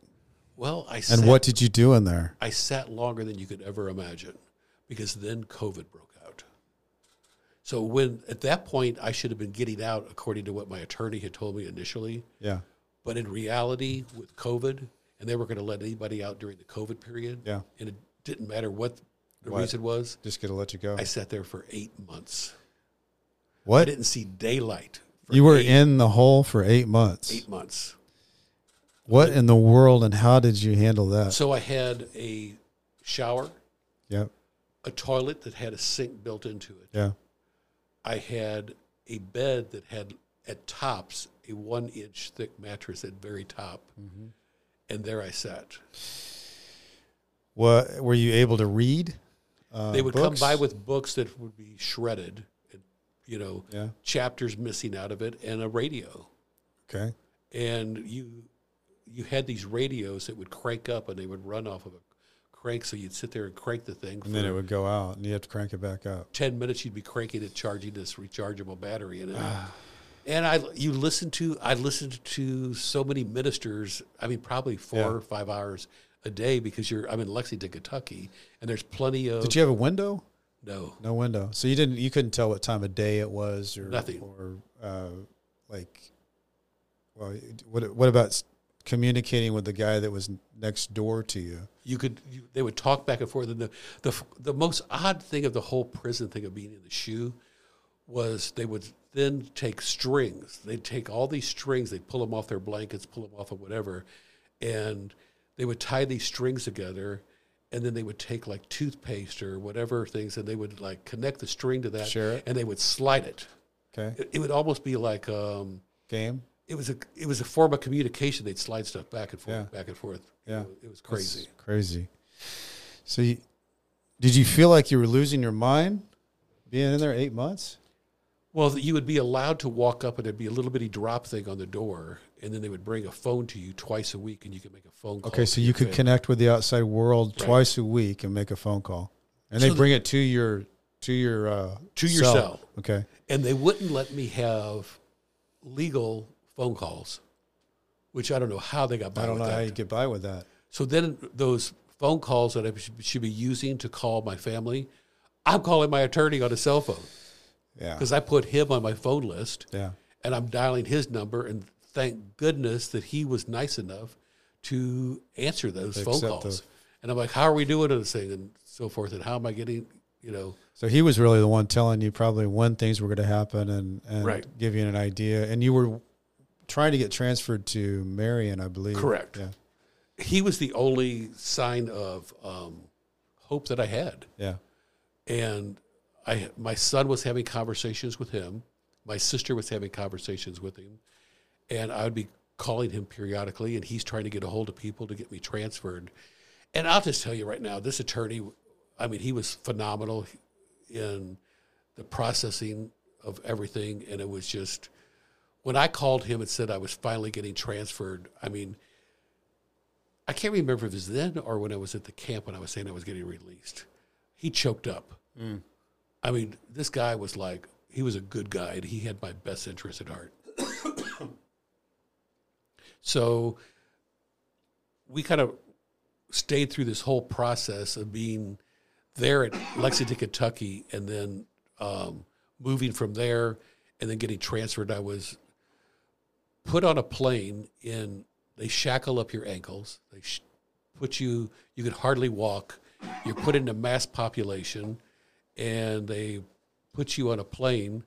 [SPEAKER 2] Well, I sat,
[SPEAKER 1] And what did you do in there?
[SPEAKER 2] I sat longer than you could ever imagine because then COVID broke out. So when at that point I should have been getting out according to what my attorney had told me initially.
[SPEAKER 1] Yeah.
[SPEAKER 2] But in reality, with COVID, and they were going to let anybody out during the COVID period,
[SPEAKER 1] Yeah.
[SPEAKER 2] and it didn't matter what the reason was.
[SPEAKER 1] Just going to let you go.
[SPEAKER 2] I sat there for eight months. I
[SPEAKER 1] what?
[SPEAKER 2] didn't see daylight. For
[SPEAKER 1] You were
[SPEAKER 2] eight,
[SPEAKER 1] in the hole for eight months.
[SPEAKER 2] eight months.
[SPEAKER 1] What in the world and how did you handle that?
[SPEAKER 2] So I had a shower,
[SPEAKER 1] Yep.
[SPEAKER 2] a toilet that had a sink built into it.
[SPEAKER 1] Yeah.
[SPEAKER 2] I had a bed that had at tops a one inch thick mattress at very top,
[SPEAKER 1] Mm-hmm.
[SPEAKER 2] and there I sat.
[SPEAKER 1] What were you able to read? Uh,
[SPEAKER 2] they would
[SPEAKER 1] books?
[SPEAKER 2] come by with books that would be shredded, and, you know,
[SPEAKER 1] Yeah.
[SPEAKER 2] chapters missing out of it, and a radio.
[SPEAKER 1] Okay.
[SPEAKER 2] And you you had these radios that would crank up, and they would run off of a crank. So you'd sit there and crank the thing for
[SPEAKER 1] And then it would go out and you have to crank it back up.
[SPEAKER 2] ten minutes. You'd be cranking it, charging this rechargeable battery in it.
[SPEAKER 1] Ah.
[SPEAKER 2] And I, you listen to, I listened to so many ministers. I mean, probably four
[SPEAKER 1] Yeah.
[SPEAKER 2] or five hours a day because you're. I'm in Lexington, Kentucky, and there's plenty of
[SPEAKER 1] Did you have a window?
[SPEAKER 2] no.
[SPEAKER 1] No window. So you didn't you couldn't tell what time of day it was or
[SPEAKER 2] Nothing.
[SPEAKER 1] or uh, like well what what about s- communicating with the guy that was next door to you?
[SPEAKER 2] you could you, they would talk back and forth and the, the f- the most odd thing of the whole prison thing of being in the shoe was they would then take strings they'd take all these strings they'd pull them off their blankets pull them off of whatever and they would tie these strings together and then they would take like toothpaste or whatever things and they would like connect the string to that
[SPEAKER 1] Sure.
[SPEAKER 2] and they would slide it
[SPEAKER 1] Okay.
[SPEAKER 2] It, it would almost be like um,
[SPEAKER 1] Game.
[SPEAKER 2] it was a it was a form of communication. They'd slide stuff back and forth,
[SPEAKER 1] Yeah.
[SPEAKER 2] back and forth. You
[SPEAKER 1] Yeah.
[SPEAKER 2] know, it was crazy.
[SPEAKER 1] That's crazy. So, you, did you feel like you were losing your mind being in there eight months?
[SPEAKER 2] Oh, Well, that you would be allowed to walk up, and there'd be a little bitty drop thing on the door, and then they would bring a phone to you twice a week, and you could make a phone call.
[SPEAKER 1] Okay, so
[SPEAKER 2] to
[SPEAKER 1] you
[SPEAKER 2] your
[SPEAKER 1] could
[SPEAKER 2] family.
[SPEAKER 1] connect with the outside world
[SPEAKER 2] Right.
[SPEAKER 1] twice a week and make a phone call, and they
[SPEAKER 2] So the-
[SPEAKER 1] bring it to your to your uh,
[SPEAKER 2] To your cell.
[SPEAKER 1] Okay.
[SPEAKER 2] and they wouldn't let me have legal phone calls, which I don't know how they got by
[SPEAKER 1] I don't
[SPEAKER 2] with
[SPEAKER 1] know
[SPEAKER 2] that.
[SPEAKER 1] how you get by with that.
[SPEAKER 2] So then those phone calls that I should- should be using to call my family, I'm calling my attorney on a cell phone
[SPEAKER 1] Yeah.
[SPEAKER 2] because I put him on my phone list
[SPEAKER 1] Yeah.
[SPEAKER 2] and I'm dialing his number. And thank goodness that he was nice enough to answer those phone
[SPEAKER 1] Accept
[SPEAKER 2] calls.
[SPEAKER 1] those.
[SPEAKER 2] And I'm like, how are we doing on this thing and so forth? And how am I getting, you know,
[SPEAKER 1] So he was really the one telling you probably when things were going to happen and, and
[SPEAKER 2] Right.
[SPEAKER 1] giving you an idea. And you were trying to get transferred to Marion, I believe.
[SPEAKER 2] Correct.
[SPEAKER 1] Yeah.
[SPEAKER 2] he was the only sign of um, hope that I had.
[SPEAKER 1] Yeah.
[SPEAKER 2] and I my son was having conversations with him. My sister was having conversations with him, and I would be calling him periodically, and he's trying to get a hold of people to get me transferred. And I'll just tell you right now, this attorney, I mean, he was phenomenal in the processing of everything, and it was just when I called him and said I was finally getting transferred. I mean. I can't remember if it was then or when I was at the camp when I was saying I was getting released. He choked up. I mean, this guy was like, he was a good guy and he had my best interest at heart. so we kind of stayed through this whole process of being there at Lexington, Kentucky, and then um, moving from there and then getting transferred. I was put on a plane in, they shackle up your ankles. They sh- put you, you could hardly walk. You're put into mass population and they put you on a plane,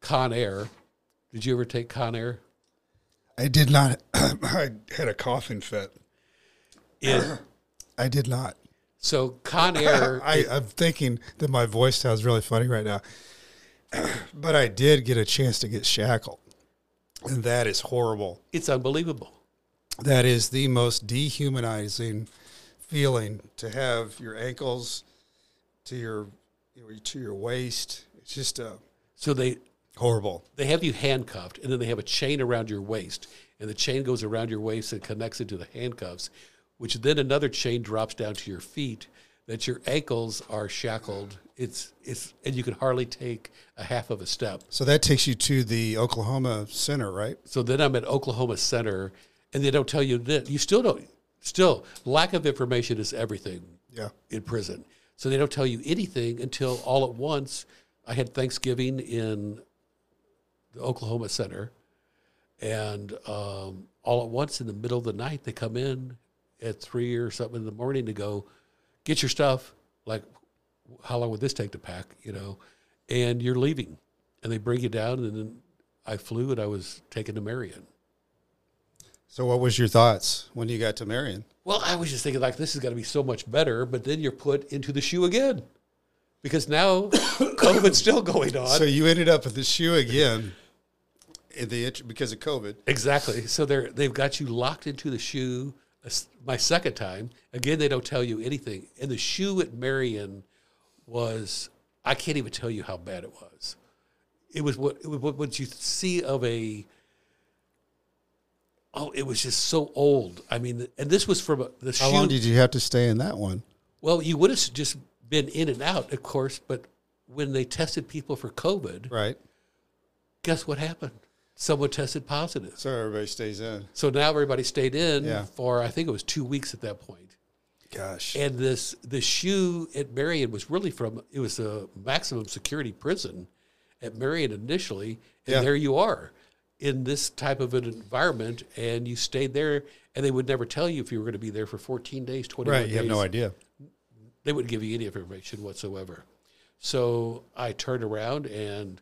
[SPEAKER 2] Con Air. Did you ever take Con Air?
[SPEAKER 3] I did not. I had a coughing fit.
[SPEAKER 2] It,
[SPEAKER 3] I did not.
[SPEAKER 2] so Con Air,
[SPEAKER 3] I, I'm thinking that my voice sounds really funny right now, but I did get a chance to get shackled, and that is horrible.
[SPEAKER 2] it's unbelievable.
[SPEAKER 3] That is the most dehumanizing feeling to have your ankles to your to your waist. It's just uh,
[SPEAKER 2] So they
[SPEAKER 3] horrible.
[SPEAKER 2] they have you handcuffed, and then they have a chain around your waist, and the chain goes around your waist and connects it to the handcuffs, which then another chain drops down to your feet. That your ankles are shackled. It's it's and you can hardly take a half of a step.
[SPEAKER 3] So that takes you to the Oklahoma Center, right?
[SPEAKER 2] So then I'm at Oklahoma Center, and they don't tell you that you still don't. Still, lack of information is everything
[SPEAKER 3] Yeah.
[SPEAKER 2] in prison. So they don't tell you anything until all at once. I had Thanksgiving in the Oklahoma Center, and um, all at once in the middle of the night they come in at three or something in the morning to go get your stuff. Like, how long would this take to pack? You know, and you're leaving, and they bring you down, and then I flew and I was taken to Marion.
[SPEAKER 3] So what was your thoughts when you got to Marion?
[SPEAKER 2] Well, I was just thinking like this is going to be so much better, but then you're put into the shoe again because now COVID's still going on.
[SPEAKER 3] So you ended up with the shoe again, in the int- because of COVID.
[SPEAKER 2] exactly. So they're they've got you locked into the shoe. a s- My second time again, they don't tell you anything. And the shoe at Marion was I can't even tell you how bad it was. It was what it was what- what you see of a oh it was just so old. I mean, and this was from a, the shoe.
[SPEAKER 3] How long did you have to stay in that one?
[SPEAKER 2] Well, you would have just been in and out, of course, but when they tested people for COVID,
[SPEAKER 3] Right.
[SPEAKER 2] guess what happened? Someone tested positive.
[SPEAKER 3] So everybody stays in.
[SPEAKER 2] So now everybody stayed in
[SPEAKER 3] Yeah.
[SPEAKER 2] for I think it was two weeks at that point.
[SPEAKER 3] Gosh.
[SPEAKER 2] And this the shoe at Marion was really from it was a maximum security prison at Marion initially, and
[SPEAKER 3] Yeah.
[SPEAKER 2] there you are in this type of an environment, and you stayed there, and they would never tell you if you were going to be there for 14 days, 21
[SPEAKER 3] right.
[SPEAKER 2] days.
[SPEAKER 3] You have no idea.
[SPEAKER 2] they wouldn't give you any information whatsoever. So I turned around and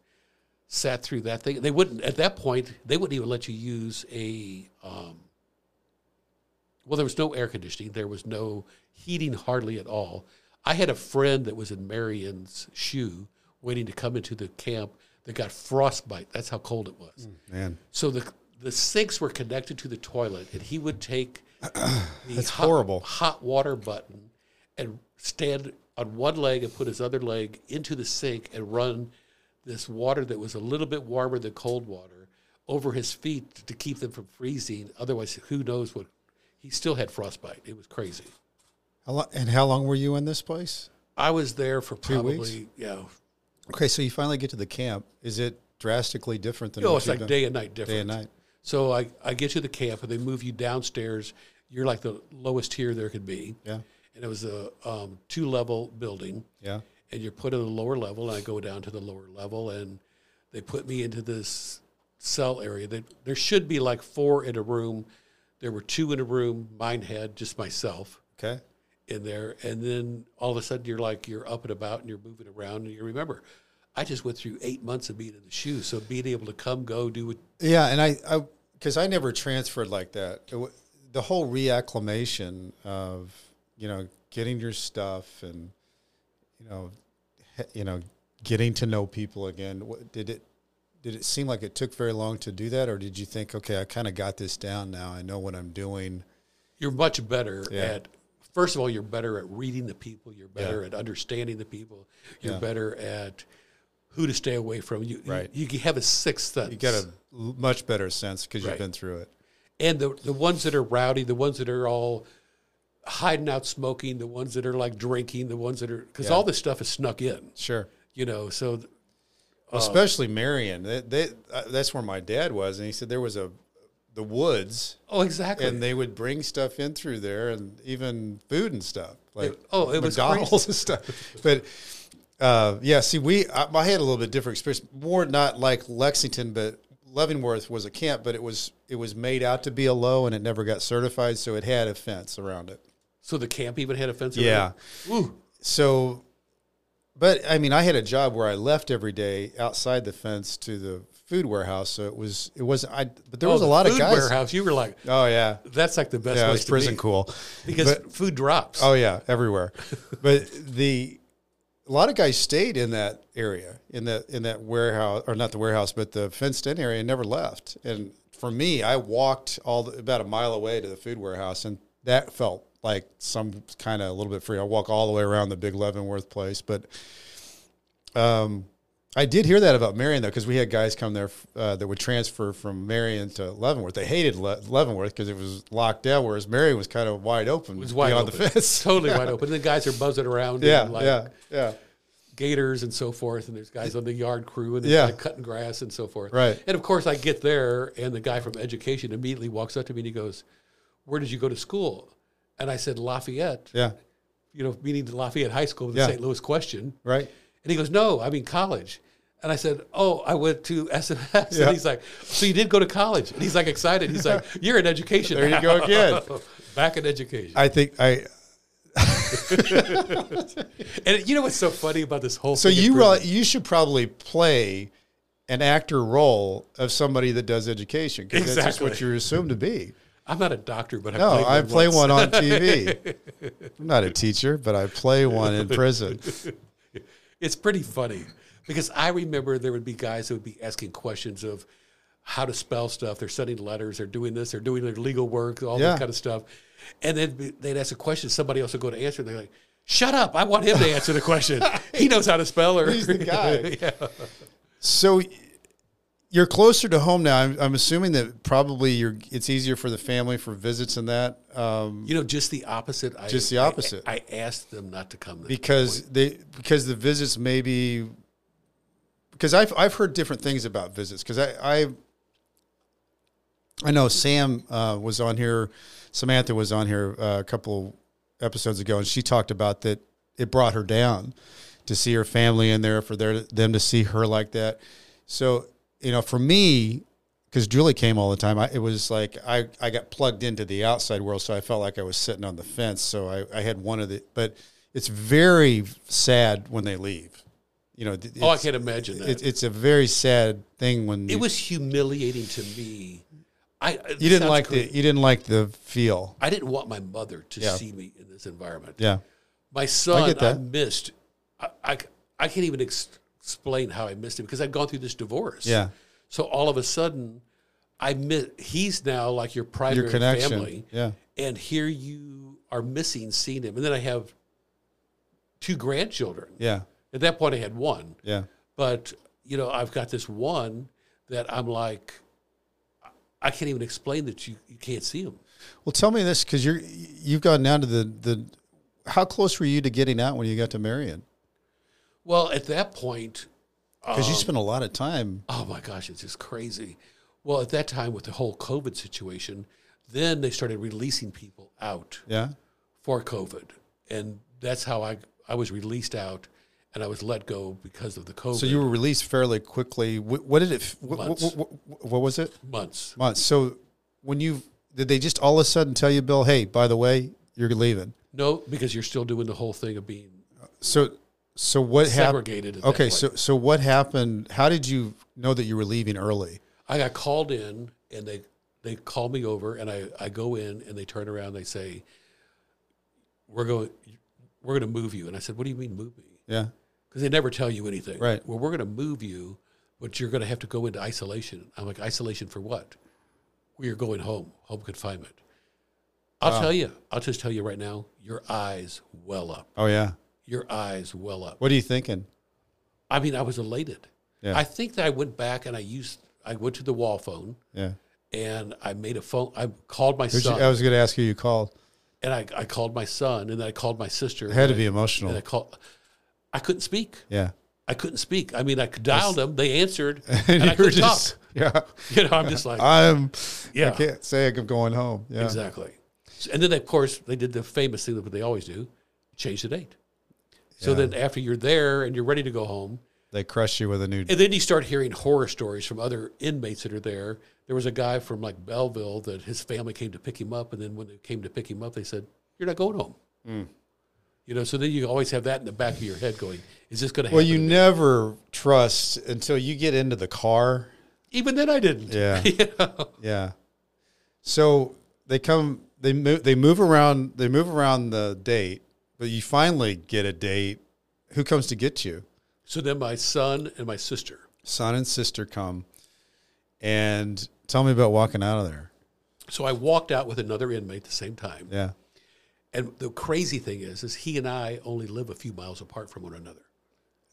[SPEAKER 2] sat through that thing. They wouldn't at that point. They wouldn't even let you use a. Um, well, there was no air conditioning. There was no heating hardly at all. I had a friend that was in Marion's shoe, waiting to come into the camp that got frostbite. That's how cold it was.
[SPEAKER 1] Man,
[SPEAKER 2] So the the sinks were connected to the toilet, and he would take the hot,
[SPEAKER 1] horrible.
[SPEAKER 2] hot water button and stand on one leg and put his other leg into the sink and run this water that was a little bit warmer than cold water over his feet to keep them from freezing. Otherwise, who knows what? He still had frostbite. It was crazy.
[SPEAKER 3] How long, and how long were you in this place?
[SPEAKER 2] I was there for probably
[SPEAKER 1] weeks?
[SPEAKER 2] yeah.
[SPEAKER 1] okay, so you finally get to the camp. Is it drastically different than
[SPEAKER 2] No,
[SPEAKER 1] what
[SPEAKER 2] it's
[SPEAKER 1] you've
[SPEAKER 2] like
[SPEAKER 1] done?
[SPEAKER 2] day and night difference.
[SPEAKER 1] Day and night?
[SPEAKER 2] So I, I get you to the camp and they move you downstairs. You're like the lowest tier there could be.
[SPEAKER 1] Yeah.
[SPEAKER 2] And it was a um, two level building.
[SPEAKER 1] Yeah.
[SPEAKER 2] And you're put in the lower level. And I go down to the lower level and they put me into this cell area. That there should be like four in a room. There were two in a room. Mine had just myself
[SPEAKER 1] Okay.
[SPEAKER 2] in there. And then all of a sudden you're like, you're up and about and you're moving around. And you remember, I just went through eight months of being in the shoes. So being able to come, go, do what
[SPEAKER 1] Yeah, and I, I, because I never transferred like that. It wa- the whole reacclimation of you know getting your stuff and you know, he- you know, getting to know people again. What, did it? Did it seem like it took very long to do that, or did you think, okay, I kind of got this down now. I know what I'm doing.
[SPEAKER 2] you're much better
[SPEAKER 1] Yeah.
[SPEAKER 2] at first of all you're better at reading the people you're better at understanding the people you're
[SPEAKER 1] Yeah.
[SPEAKER 2] better at who to stay away from you you-
[SPEAKER 1] Right.
[SPEAKER 2] you, have a sixth sense
[SPEAKER 1] You got a l- much better sense because you've
[SPEAKER 2] Right.
[SPEAKER 1] been through it.
[SPEAKER 2] and the, the ones that are rowdy the ones that are all hiding out smoking the ones that are like drinking the ones that are because all this stuff is snuck in
[SPEAKER 1] Sure.
[SPEAKER 2] you know so th- Oh.
[SPEAKER 1] Especially Marion. They, they, uh, that's where my dad was, and he said there was a the woods
[SPEAKER 2] oh exactly
[SPEAKER 1] and they would bring stuff in through there and even food and stuff like
[SPEAKER 2] oh, it was
[SPEAKER 1] McDonald's
[SPEAKER 2] crazy.
[SPEAKER 1] and stuff but uh, yeah see we I, I had a little bit different experience more not like Lexington but Leavenworth was a camp but it was it was made out to be a low and it never got certified so it had a fence around it
[SPEAKER 2] so the camp even had a fence
[SPEAKER 1] Yeah.
[SPEAKER 2] around it? Ooh,
[SPEAKER 1] so but I mean I had a job where I left every day outside the fence to the food warehouse so it was it was I but there
[SPEAKER 2] oh,
[SPEAKER 1] was a
[SPEAKER 2] the
[SPEAKER 1] lot of
[SPEAKER 2] food
[SPEAKER 1] guys
[SPEAKER 2] warehouse you were like
[SPEAKER 1] oh yeah
[SPEAKER 2] that's like the best
[SPEAKER 1] yeah it
[SPEAKER 2] place
[SPEAKER 1] was prison
[SPEAKER 2] to be
[SPEAKER 1] cool
[SPEAKER 2] because food drops
[SPEAKER 1] Oh yeah, everywhere. but the a lot of guys stayed in that area, in that in that warehouse or not the warehouse, but the fenced in area and never left. And for me, I walked all the, about a mile away to the food warehouse and that felt like some kind of a little bit free. I walk all the way around the big Leavenworth place, but um I did hear that about Marion though, because we had guys come there uh, that would transfer from Marion to Leavenworth. They hated Le- Leavenworth because it was locked down, whereas Marion was kind of wide open,
[SPEAKER 2] It's wide
[SPEAKER 1] beyond
[SPEAKER 2] open.
[SPEAKER 1] the fence.
[SPEAKER 2] Totally wide open. And the guys are buzzing around.
[SPEAKER 1] Yeah,
[SPEAKER 2] and like
[SPEAKER 1] yeah, yeah.
[SPEAKER 2] Gators and so forth. And there's guys on the yard crew and they're
[SPEAKER 1] Yeah.
[SPEAKER 2] kinda cutting grass and so forth.
[SPEAKER 1] Right.
[SPEAKER 2] And of course, I get there and the guy from education immediately walks up to me and he goes, "Where did you go to school?" And I said Lafayette.
[SPEAKER 1] Yeah,
[SPEAKER 2] You know, meaning the Lafayette High School, the
[SPEAKER 1] Yeah.
[SPEAKER 2] St. Louis question.
[SPEAKER 1] right.
[SPEAKER 2] And he goes, "No, I mean college." And I said, "Oh, I went to SMS."
[SPEAKER 1] Yeah.
[SPEAKER 2] And he's like, "So you did go to college?" And he's like excited. He's like, "You're in education."
[SPEAKER 1] There you go
[SPEAKER 2] now."
[SPEAKER 1] again.
[SPEAKER 2] Back in education.
[SPEAKER 1] I think I.
[SPEAKER 2] And you know what's so funny about this whole
[SPEAKER 1] So
[SPEAKER 2] thing in
[SPEAKER 1] you uh,
[SPEAKER 2] prison?
[SPEAKER 1] re- you should probably play an actor role of somebody that does education because that's just what
[SPEAKER 2] Exactly.
[SPEAKER 1] you're assumed to be.
[SPEAKER 2] I'm not a doctor, but I
[SPEAKER 1] No,
[SPEAKER 2] played
[SPEAKER 1] I
[SPEAKER 2] one
[SPEAKER 1] play
[SPEAKER 2] once.
[SPEAKER 1] one on TV. I'm not a teacher, but I play one in prison.
[SPEAKER 2] It's pretty funny because I remember there would be guys that would be asking questions of how to spell stuff. They're sending letters. They're doing this. They're doing their legal work. All
[SPEAKER 1] Yeah.
[SPEAKER 2] that kind of stuff. And then be- they'd ask a question. Somebody else would go to answer. And they're like, "Shut up! I want him to answer the question. he knows how to spell." Or
[SPEAKER 1] He's the guy.
[SPEAKER 2] yeah.
[SPEAKER 1] So you're closer to home now. I'm, I'm assuming that probably you're. It's easier for the family for visits and that. Um,
[SPEAKER 2] You know, just the opposite. I,
[SPEAKER 1] Just the
[SPEAKER 2] I-
[SPEAKER 1] opposite.
[SPEAKER 2] I, asked them not to come.
[SPEAKER 1] because they because the visits maybe because I've I've heard different things about visits because I I I know Sam uh, was on here, Samantha was on here uh, a couple episodes ago, and she talked about that it brought her down to see her family in there for their them to see her like that. So you know, for me. Because Julie came all the time, I, it was like I, I got plugged into the outside world, so I felt like I was sitting on the fence. So I, I had one of the, but it's very sad when they leave. You know, th-
[SPEAKER 2] Oh, I
[SPEAKER 1] it's-
[SPEAKER 2] can't imagine that.
[SPEAKER 1] It, it's a very sad thing when
[SPEAKER 2] it was humiliating to me. I
[SPEAKER 1] you didn't like the you didn't like the feel.
[SPEAKER 2] I didn't want my mother to
[SPEAKER 1] Yeah.
[SPEAKER 2] see me in this environment.
[SPEAKER 1] Yeah.
[SPEAKER 2] My son, I,
[SPEAKER 1] that.
[SPEAKER 2] missed. I, I, I can't even ex- explain how I missed him because I'd gone through this divorce.
[SPEAKER 1] Yeah.
[SPEAKER 2] So all of a sudden, I miss. He's now like your primary
[SPEAKER 1] Your connection.
[SPEAKER 2] family.
[SPEAKER 1] Yeah.
[SPEAKER 2] and here you are missing seeing him. And then I have two grandchildren.
[SPEAKER 1] Yeah.
[SPEAKER 2] At that point, I had one,
[SPEAKER 1] Yeah.
[SPEAKER 2] but you know, I've got this one that I'm like, I- I can't even explain that you, you can't see him.
[SPEAKER 1] Well, tell me this because you're you've gotten down to the the. How close were you to getting out when you got to Marion?
[SPEAKER 2] Well, at that point,
[SPEAKER 1] Because
[SPEAKER 2] Um,
[SPEAKER 1] you spent a lot of time.
[SPEAKER 2] oh my gosh, it's just crazy. Well, at that time, with the whole COVID situation, then they started releasing people out
[SPEAKER 1] Yeah.
[SPEAKER 2] for COVID, and that's how I I was released out, and I was let go because of the COVID.
[SPEAKER 1] So you were released fairly quickly. What, what did it? f- What, what,
[SPEAKER 2] Months.
[SPEAKER 1] what, what was it?
[SPEAKER 2] months.
[SPEAKER 1] Months. So when you did they just all of a sudden tell you, Bill? Hey, by the way, you're leaving.
[SPEAKER 2] No, because you're still doing the whole thing of being
[SPEAKER 1] So so what happened?
[SPEAKER 2] segregated. At that
[SPEAKER 1] Okay.
[SPEAKER 2] point.
[SPEAKER 1] So so what happened? How did you know that you were leaving early?
[SPEAKER 2] I got called in, and they they call me over, and I I go in, and they turn around, and they say, "We're going, we're going to move you." And I said, "What do you mean move me?"
[SPEAKER 1] Yeah.
[SPEAKER 2] Because they never tell you anything.
[SPEAKER 1] Right.
[SPEAKER 2] Well, we're going to move you, but you're going to have to go into isolation. I'm like, isolation for what? We are going home, home confinement. I'll tell you. I'll just tell you right now. Your eyes well up.
[SPEAKER 1] Oh yeah.
[SPEAKER 2] Your eyes well up.
[SPEAKER 1] What are you thinking?
[SPEAKER 2] I mean, I was elated.
[SPEAKER 1] Yeah.
[SPEAKER 2] I think that I went back and I used I went to the wall phone
[SPEAKER 1] Yeah.
[SPEAKER 2] and I made a phone. I called my
[SPEAKER 1] Did you-
[SPEAKER 2] son
[SPEAKER 1] I was going to ask who you called.
[SPEAKER 2] and I, I called my son and then I called my sister.
[SPEAKER 1] It had to
[SPEAKER 2] and
[SPEAKER 1] be
[SPEAKER 2] I-
[SPEAKER 1] emotional.
[SPEAKER 2] And I called. I couldn't speak.
[SPEAKER 1] yeah.
[SPEAKER 2] I couldn't speak. I mean, I dialed them. They answered, and,
[SPEAKER 1] you
[SPEAKER 2] I
[SPEAKER 1] were
[SPEAKER 2] could
[SPEAKER 1] just-
[SPEAKER 2] talk.
[SPEAKER 1] Yeah.
[SPEAKER 2] You know, I'm just like
[SPEAKER 1] I'm. I
[SPEAKER 2] Yeah.
[SPEAKER 1] can't say I'm going home. Yeah.
[SPEAKER 2] exactly. And then of course they did the famous thing that they always do: change the date. So then after you're there and you're ready to go home,
[SPEAKER 1] They crush you with a new.
[SPEAKER 2] And then you start hearing horror stories from other inmates that are there. There was a guy from like Belleville that his family came to pick him up, and then when they came to pick him up, they said, "You're not going home."
[SPEAKER 1] Mm.
[SPEAKER 2] You know, so then you always have that in the back of your head, going, "Is this going to happen?"
[SPEAKER 1] well, you never trust until you get into the car.
[SPEAKER 2] Even then, I didn't.
[SPEAKER 1] Yeah.
[SPEAKER 2] You know?
[SPEAKER 1] Yeah. So they come. They move. They move around. They move around the date, but you finally get a date. Who comes to get you?
[SPEAKER 2] So then my son and my sister.
[SPEAKER 1] Son and sister come, and tell me about walking out of there.
[SPEAKER 2] So I walked out with another inmate the same time.
[SPEAKER 1] Yeah.
[SPEAKER 2] And the crazy thing is, is he and I only live a few miles apart from one another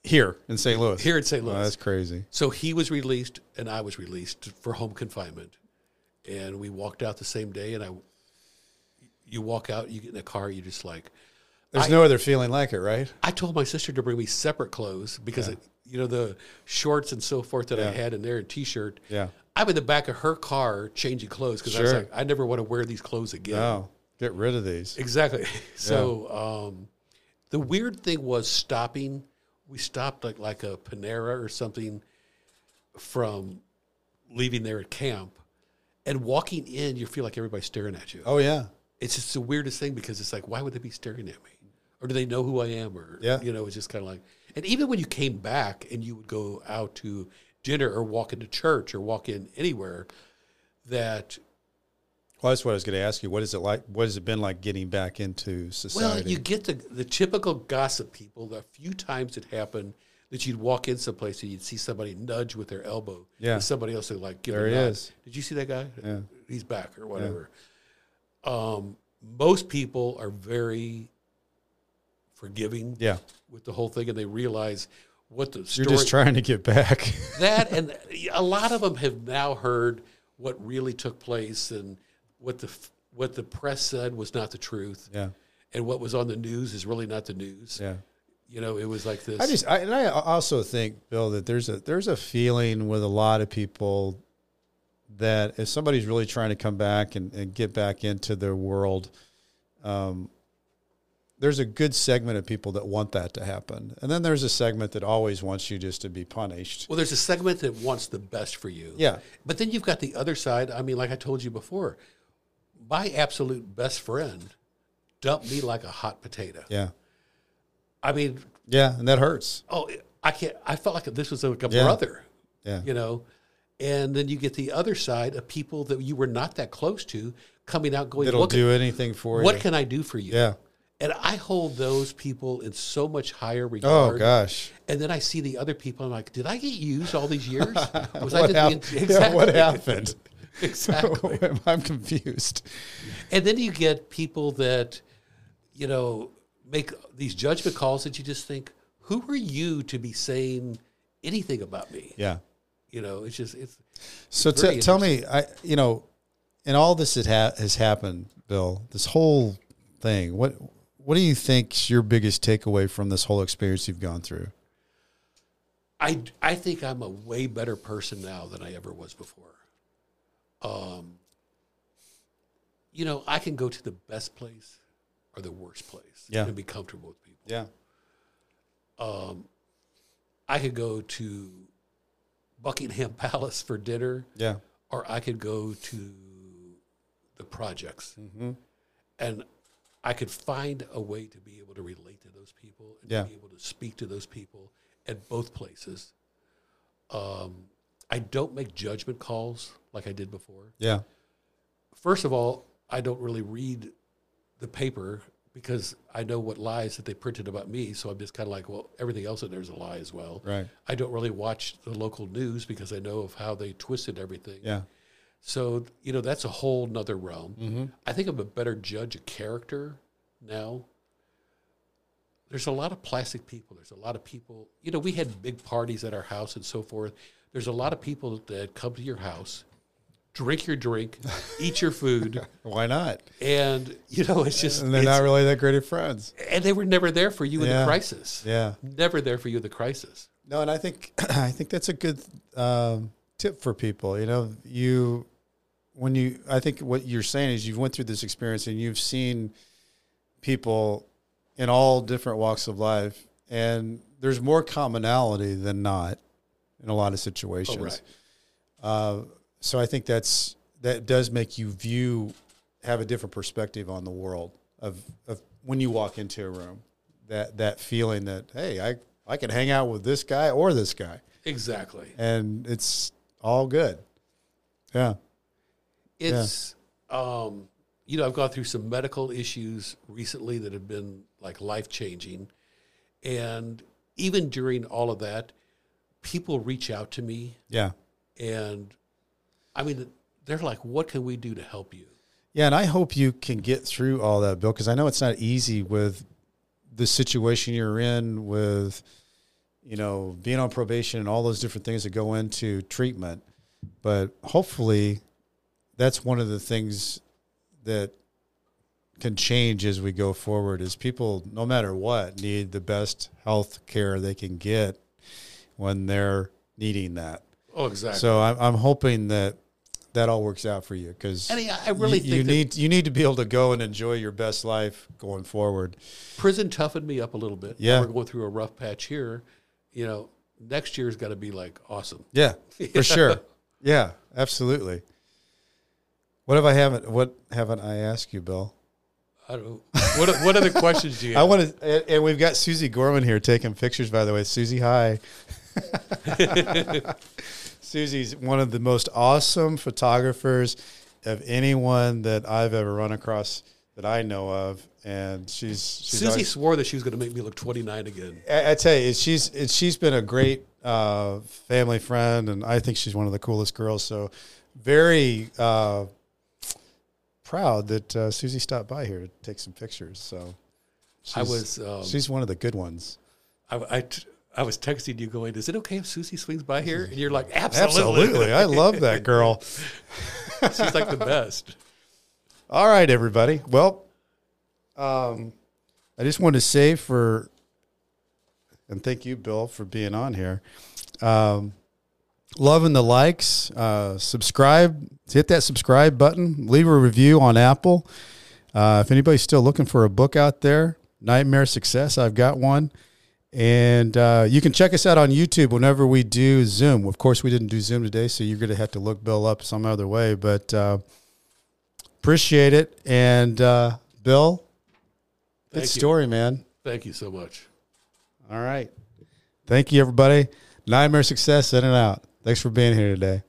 [SPEAKER 1] Here in St. Louis.
[SPEAKER 2] here in St. Louis.
[SPEAKER 1] Oh, that's crazy.
[SPEAKER 2] So he was released and I was released for home confinement. And we walked out the same day and I you walk out, you get in the car, you're just like
[SPEAKER 1] There's no other feeling like it, right?
[SPEAKER 2] I told my sister to bring me separate clothes because it, you know the shorts and so forth that I had in there and t-shirt.
[SPEAKER 1] Yeah.
[SPEAKER 2] I'm in the back of her car changing clothes because I was
[SPEAKER 1] Sure.
[SPEAKER 2] like I never want to wear these clothes again.
[SPEAKER 1] No. Get rid of these.
[SPEAKER 2] Exactly. So um, the weird thing was stopping. We stopped like like a Panera or something from leaving there at camp, and walking in, you feel like everybody's staring at you.
[SPEAKER 1] Oh yeah.
[SPEAKER 2] It's just the weirdest thing because it's like, why would they be staring at me? Or do they know who I am? Or
[SPEAKER 1] Yeah.
[SPEAKER 2] you know, it's just kind of like. And even when you came back and you would go out to dinner or walk into church or walk in anywhere, that
[SPEAKER 1] Well, that's what I was going to ask you. What is it like? What has it been like getting back into society?
[SPEAKER 2] Well, you get the the typical gossip people. The few times it happened that you'd walk in someplace and you'd see somebody nudge with their elbow.
[SPEAKER 1] Yeah.
[SPEAKER 2] And somebody else would like give
[SPEAKER 1] There
[SPEAKER 2] a
[SPEAKER 1] he
[SPEAKER 2] nod.
[SPEAKER 1] is.
[SPEAKER 2] Did you see that guy?
[SPEAKER 1] Yeah.
[SPEAKER 2] He's back or whatever. Um, most people are very forgiving.
[SPEAKER 1] yeah,
[SPEAKER 2] With the whole thing, and they realize what the
[SPEAKER 1] you're
[SPEAKER 2] story
[SPEAKER 1] just trying to get back.
[SPEAKER 2] that and a lot of them have now heard what really took place and what the f- what the press said was not the truth
[SPEAKER 1] yeah,
[SPEAKER 2] and what was on the news is really not the news.
[SPEAKER 1] yeah.
[SPEAKER 2] You know, it was like this.
[SPEAKER 1] I just I, and I also think, Bill, that there's a there's a feeling with a lot of people that if somebody's really trying to come back and, and get back into their world, um, there's a good segment of people that want that to happen, and then there's a segment that always wants you just to be punished.
[SPEAKER 2] well, there's a segment that wants the best for you.
[SPEAKER 1] Yeah.
[SPEAKER 2] But then you've got the other side. I mean, like I told you before, my absolute best friend dumped me like a hot potato.
[SPEAKER 1] Yeah,
[SPEAKER 2] I mean,
[SPEAKER 1] yeah, and that hurts.
[SPEAKER 2] oh, I can't. I felt like this was like a
[SPEAKER 1] Yeah.
[SPEAKER 2] brother.
[SPEAKER 1] Yeah.
[SPEAKER 2] You know, and then you get the other side of people that you were not that close to coming out going,
[SPEAKER 1] It'll
[SPEAKER 2] what,
[SPEAKER 1] do anything for you.
[SPEAKER 2] what can I do for you?
[SPEAKER 1] Yeah.
[SPEAKER 2] And I hold those people in so much higher regard.
[SPEAKER 1] Oh gosh.
[SPEAKER 2] And then I see the other people. I'm like, did I get used all these years? Was I
[SPEAKER 1] What,
[SPEAKER 2] just
[SPEAKER 1] hap-
[SPEAKER 2] being-
[SPEAKER 1] yeah, what happened?
[SPEAKER 2] exactly.
[SPEAKER 1] I'm confused.
[SPEAKER 2] And then you get people that, you know, make these judgment calls that you just think, who are you to be saying anything about me?
[SPEAKER 1] Yeah.
[SPEAKER 2] You know, it's just it's
[SPEAKER 1] So
[SPEAKER 2] Very
[SPEAKER 1] t- tell me, I you know, in all this that ha- has happened, Bill, this whole thing. What what do you think's your biggest takeaway from this whole experience you've gone through?
[SPEAKER 2] I, I think I'm a way better person now than I ever was before. Um, you know, I can go to the best place or the worst place
[SPEAKER 1] Yeah.
[SPEAKER 2] and be comfortable with people.
[SPEAKER 1] Yeah.
[SPEAKER 2] I could go to Buckingham Palace for dinner,
[SPEAKER 1] Yeah.
[SPEAKER 2] or I could go to the projects. And I could find a way to be able to relate to those people and
[SPEAKER 1] Yeah.
[SPEAKER 2] to be able to speak to those people at both places. Um, I don't make judgment calls like I did before.
[SPEAKER 1] Yeah.
[SPEAKER 2] First of all, I don't really read the paper because I know what lies that they printed about me. So I'm just kind of like, well, everything else in there is a lie as well.
[SPEAKER 1] Right.
[SPEAKER 2] I don't really watch the local news because I know of how they twisted everything.
[SPEAKER 1] Yeah.
[SPEAKER 2] So you know that's a whole nother realm.
[SPEAKER 1] Mm-hmm.
[SPEAKER 2] I think I'm a better judge of character now. There's a lot of plastic people. There's a lot of people. You know, we had big parties at our house and so forth. There's a lot of people that come to your house, drink your drink, eat your food,
[SPEAKER 1] Why not?
[SPEAKER 2] and you know it's just
[SPEAKER 1] And they're
[SPEAKER 2] it's-
[SPEAKER 1] not really that great of friends.
[SPEAKER 2] and they were never there for you in
[SPEAKER 1] Yeah.
[SPEAKER 2] the crisis.
[SPEAKER 1] Yeah.
[SPEAKER 2] Never there for you in the crisis.
[SPEAKER 1] No, and I think I think that's a good um, tip for people. You know, you when you I think what you're saying is you've went through this experience and you've seen people in all different walks of life, and there's more commonality than not in a lot of situations.
[SPEAKER 2] right.
[SPEAKER 1] Uh, so I think that's that does make you view have a different perspective on the world of, of when you walk into a room that that feeling that hey I I can hang out with this guy or this guy
[SPEAKER 2] Exactly.
[SPEAKER 1] and it's all good yeah
[SPEAKER 2] It's um, you know, I've gone through some medical issues recently that have been like life changing. And even during all of that, people reach out to me
[SPEAKER 1] yeah
[SPEAKER 2] and I mean they're like, What can we do to help you?
[SPEAKER 1] yeah and I hope you can get through all that Bill because I know it's not easy with the situation you're in with you know being on probation and all those different things that go into treatment but hopefully that's one of the things that can change as we go forward is people no matter what need the best health care they can get when they're needing that
[SPEAKER 2] Oh, exactly.
[SPEAKER 1] so I'm, I'm hoping that that all works out for you because
[SPEAKER 2] I mean, I- I really
[SPEAKER 1] you,
[SPEAKER 2] think that-
[SPEAKER 1] need you need to be able to go and enjoy your best life going forward
[SPEAKER 2] Prison toughened me up a little bit.
[SPEAKER 1] Yeah.
[SPEAKER 2] We're going through a rough patch here. You know, next year's gotta be like awesome.
[SPEAKER 1] Yeah, for sure. Yeah, absolutely. What if I haven't? What haven't I asked you, Bill?
[SPEAKER 2] I don't know. What what other questions do you
[SPEAKER 1] I
[SPEAKER 2] have?
[SPEAKER 1] want to, and, and we've got Susie Gorman here taking pictures. By the way, Susie, hi. Susie's one of the most awesome photographers of anyone that I've ever run across that I know of, and she's, she's
[SPEAKER 2] Susie
[SPEAKER 1] always-
[SPEAKER 2] swore that she was gonna make me look twenty nine again.
[SPEAKER 1] I, I tell you, she's it, she's been a great uh, family friend, and I think she's one of the coolest girls. So, very uh, proud that uh, Susie stopped by here to take some pictures. So,
[SPEAKER 2] I
[SPEAKER 1] she's-
[SPEAKER 2] was um,
[SPEAKER 1] she's one of the good ones.
[SPEAKER 2] I, I t- I was texting you going, is it okay if Susie swings by here? And you're like, absolutely.
[SPEAKER 1] Absolutely, I love that girl.
[SPEAKER 2] She's like the best.
[SPEAKER 1] All right, everybody. Well, um, I just wanted to say for, and thank you, Bill, for being on here. Um, loving the likes, uh, subscribe, hit that subscribe button, leave a review on Apple. Uh, if anybody's still looking for a book out there, Nightmare Success, I've got one. And uh, you can check us out on YouTube whenever we do Zoom. Of course, we didn't do Zoom today, so you're going to have to look Bill up some other way. But uh, appreciate it. And uh, Bill, good
[SPEAKER 2] Thank you.
[SPEAKER 1] story, man.
[SPEAKER 2] Thank you so much.
[SPEAKER 1] All right. Thank you, everybody. Nightmare Success, in and out. Thanks for being here today.